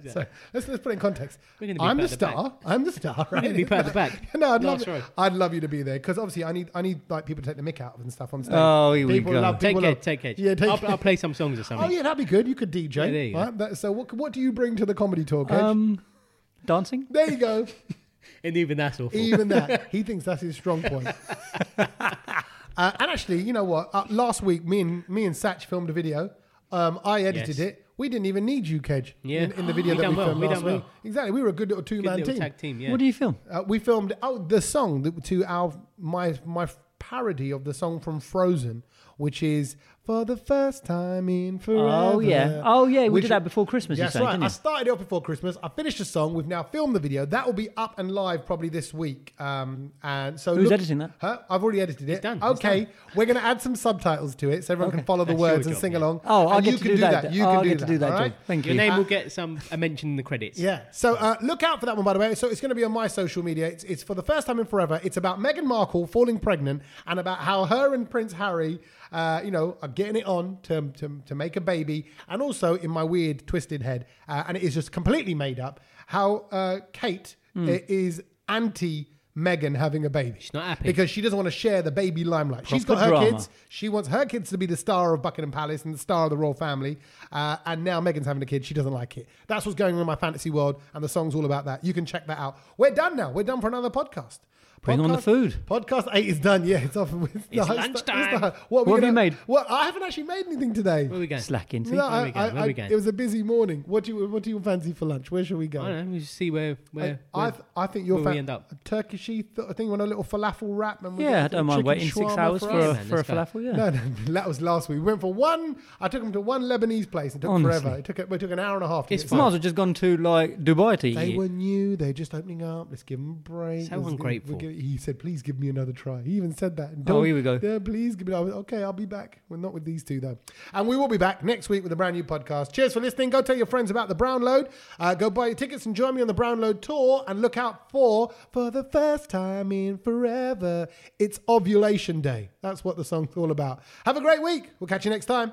A: So let's, let's put it in context.
D: We're gonna be
A: I'm the
D: further back.
A: star. I'm the star. Right?
D: gonna be further back.
A: (laughs) no, I'd
D: No,
A: love.
D: sorry.
A: I'd love you to be there because obviously I need I need like people to take the mick out of and stuff on stage.
C: Oh, here we
A: people
C: go.
A: Love,
D: Take
A: people
D: care,
A: love-
D: take care.
A: Yeah, take
D: I'll,
A: care.
D: I'll play some songs or something.
A: Oh yeah, that'd be good. You could DJ.
D: there you go.
A: right? That- so what what do you bring to the comedy tour, Kedge?
C: Um, dancing?
A: there you
C: (laughs)
A: go.
D: And even that's awful.
A: Even that, he thinks that's his strong
D: (laughs)
A: point. uh, and actually, you know what? Uh, last week, me and me and Satch filmed a video. Um, I edited
D: Yes.
A: it. We didn't even need you, Kedge,
D: Yeah.
A: in, in the video
D: We
A: that
D: done
A: we
D: well,
A: filmed
D: we
A: last
D: done
A: week.
D: well.
A: Exactly, we were a good little
D: Good
A: two-man
D: little
A: team.
D: tag team, yeah.
C: What do you film?
A: Uh, we filmed oh the song that, to our my my parody of the song from Frozen, which is for the first time in forever.
C: yeah. Oh, yeah, we
A: Which-
C: did that before Christmas, you
A: That's
C: sang,
A: right.
C: didn't
A: I
C: you?
A: started it off before Christmas. I finished the song. We've now filmed the video. That will be up and live probably this week. Um, and so
C: Who's
A: look-
C: editing that?
A: Huh? I've already edited it.
D: done. It's
A: Okay, we're going to add some subtitles to it so everyone can
C: (laughs)
A: follow the
D: That's your
A: words and
D: job,
A: sing
D: yeah.
A: along.
C: Oh, I'll
A: And
C: get
A: you
C: to
A: can
C: do that. Oh,
A: You
C: I'll
A: can
C: get
A: do
C: to do
A: that.
C: that
A: all
C: job.
A: right?
C: Thank
D: Your
C: you.
D: name will get some a mention in the credits.
A: Uh, Yeah. So uh, look out for that one, by the way. So it's going to be on my social media. It's, it's for the first time in forever. It's about Meghan Markle falling pregnant and about how her and Prince Harry, uh, you know, are getting it on to, to, to make a baby. And also in my weird twisted head, uh, and it is just completely made up, how uh, Kate uh, is anti Meghan having a baby. She's
D: Hmm. not happy.
A: Because she doesn't want to share the baby limelight. She's got
C: Proper
A: her
C: drama.
A: kids. She wants her kids to be the star of Buckingham Palace and the star of the royal family. Uh, and now Meghan's having a kid. She doesn't like it. That's what's going on in my fantasy world. And the song's all about that. You can check that out. We're done now. We're done for another podcast.
C: Bring on the
A: Podcast-
C: food.
A: Podcast eight is done. Yeah, it's off. (laughs) It's, the- the-
D: lunchtime.
A: what
C: What have
A: gonna-
C: you made?
A: Well, I haven't actually made anything today.
D: Where we going?
C: Slacking.
A: No,
D: Where we
A: I,
D: going?
A: I-
D: Where
A: I-
D: we going?
A: it was a busy morning. What do you What do you fancy for lunch? Where should we go?
D: I don't know. We'll just see where
A: I,
D: where,
A: I,
D: where
A: th- I think you're
D: where we end up.
A: Turkish th- I think we want a little falafel wrap. And we
C: Yeah, I
A: get a
C: don't mind
A: chicken
C: waiting six
A: shawarma
C: hours for
A: us.
C: a,
D: man,
C: for a
D: let's go.
C: falafel, yeah.
A: No, no, (laughs) that was last week. We went for one. I took him to one Lebanese place. It took
C: Honestly.
A: forever. It took it took an hour and a half. To
D: It's
A: get
C: Might
A: there.
D: fine.
C: as well just gone to like Dubai to eat.
A: They
C: it.
A: were new. They're just opening up. Let's give them a break.
D: So
A: Let's give-
D: ungrateful.
A: we'll give- he said, "Please give me another try." He even said that.
C: Oh, here we go.
A: Yeah, please give me. I was, okay, I'll be back. We're not with these two though, and we will be back next week with a brand new podcast. Cheers for listening. Go tell your friends about the Brown Load. Uh, go buy your tickets and join me on the Brown Load tour. And look out for for the first time in forever. It's ovulation day. That's what the song's all about. Have a great week. We'll catch you next time.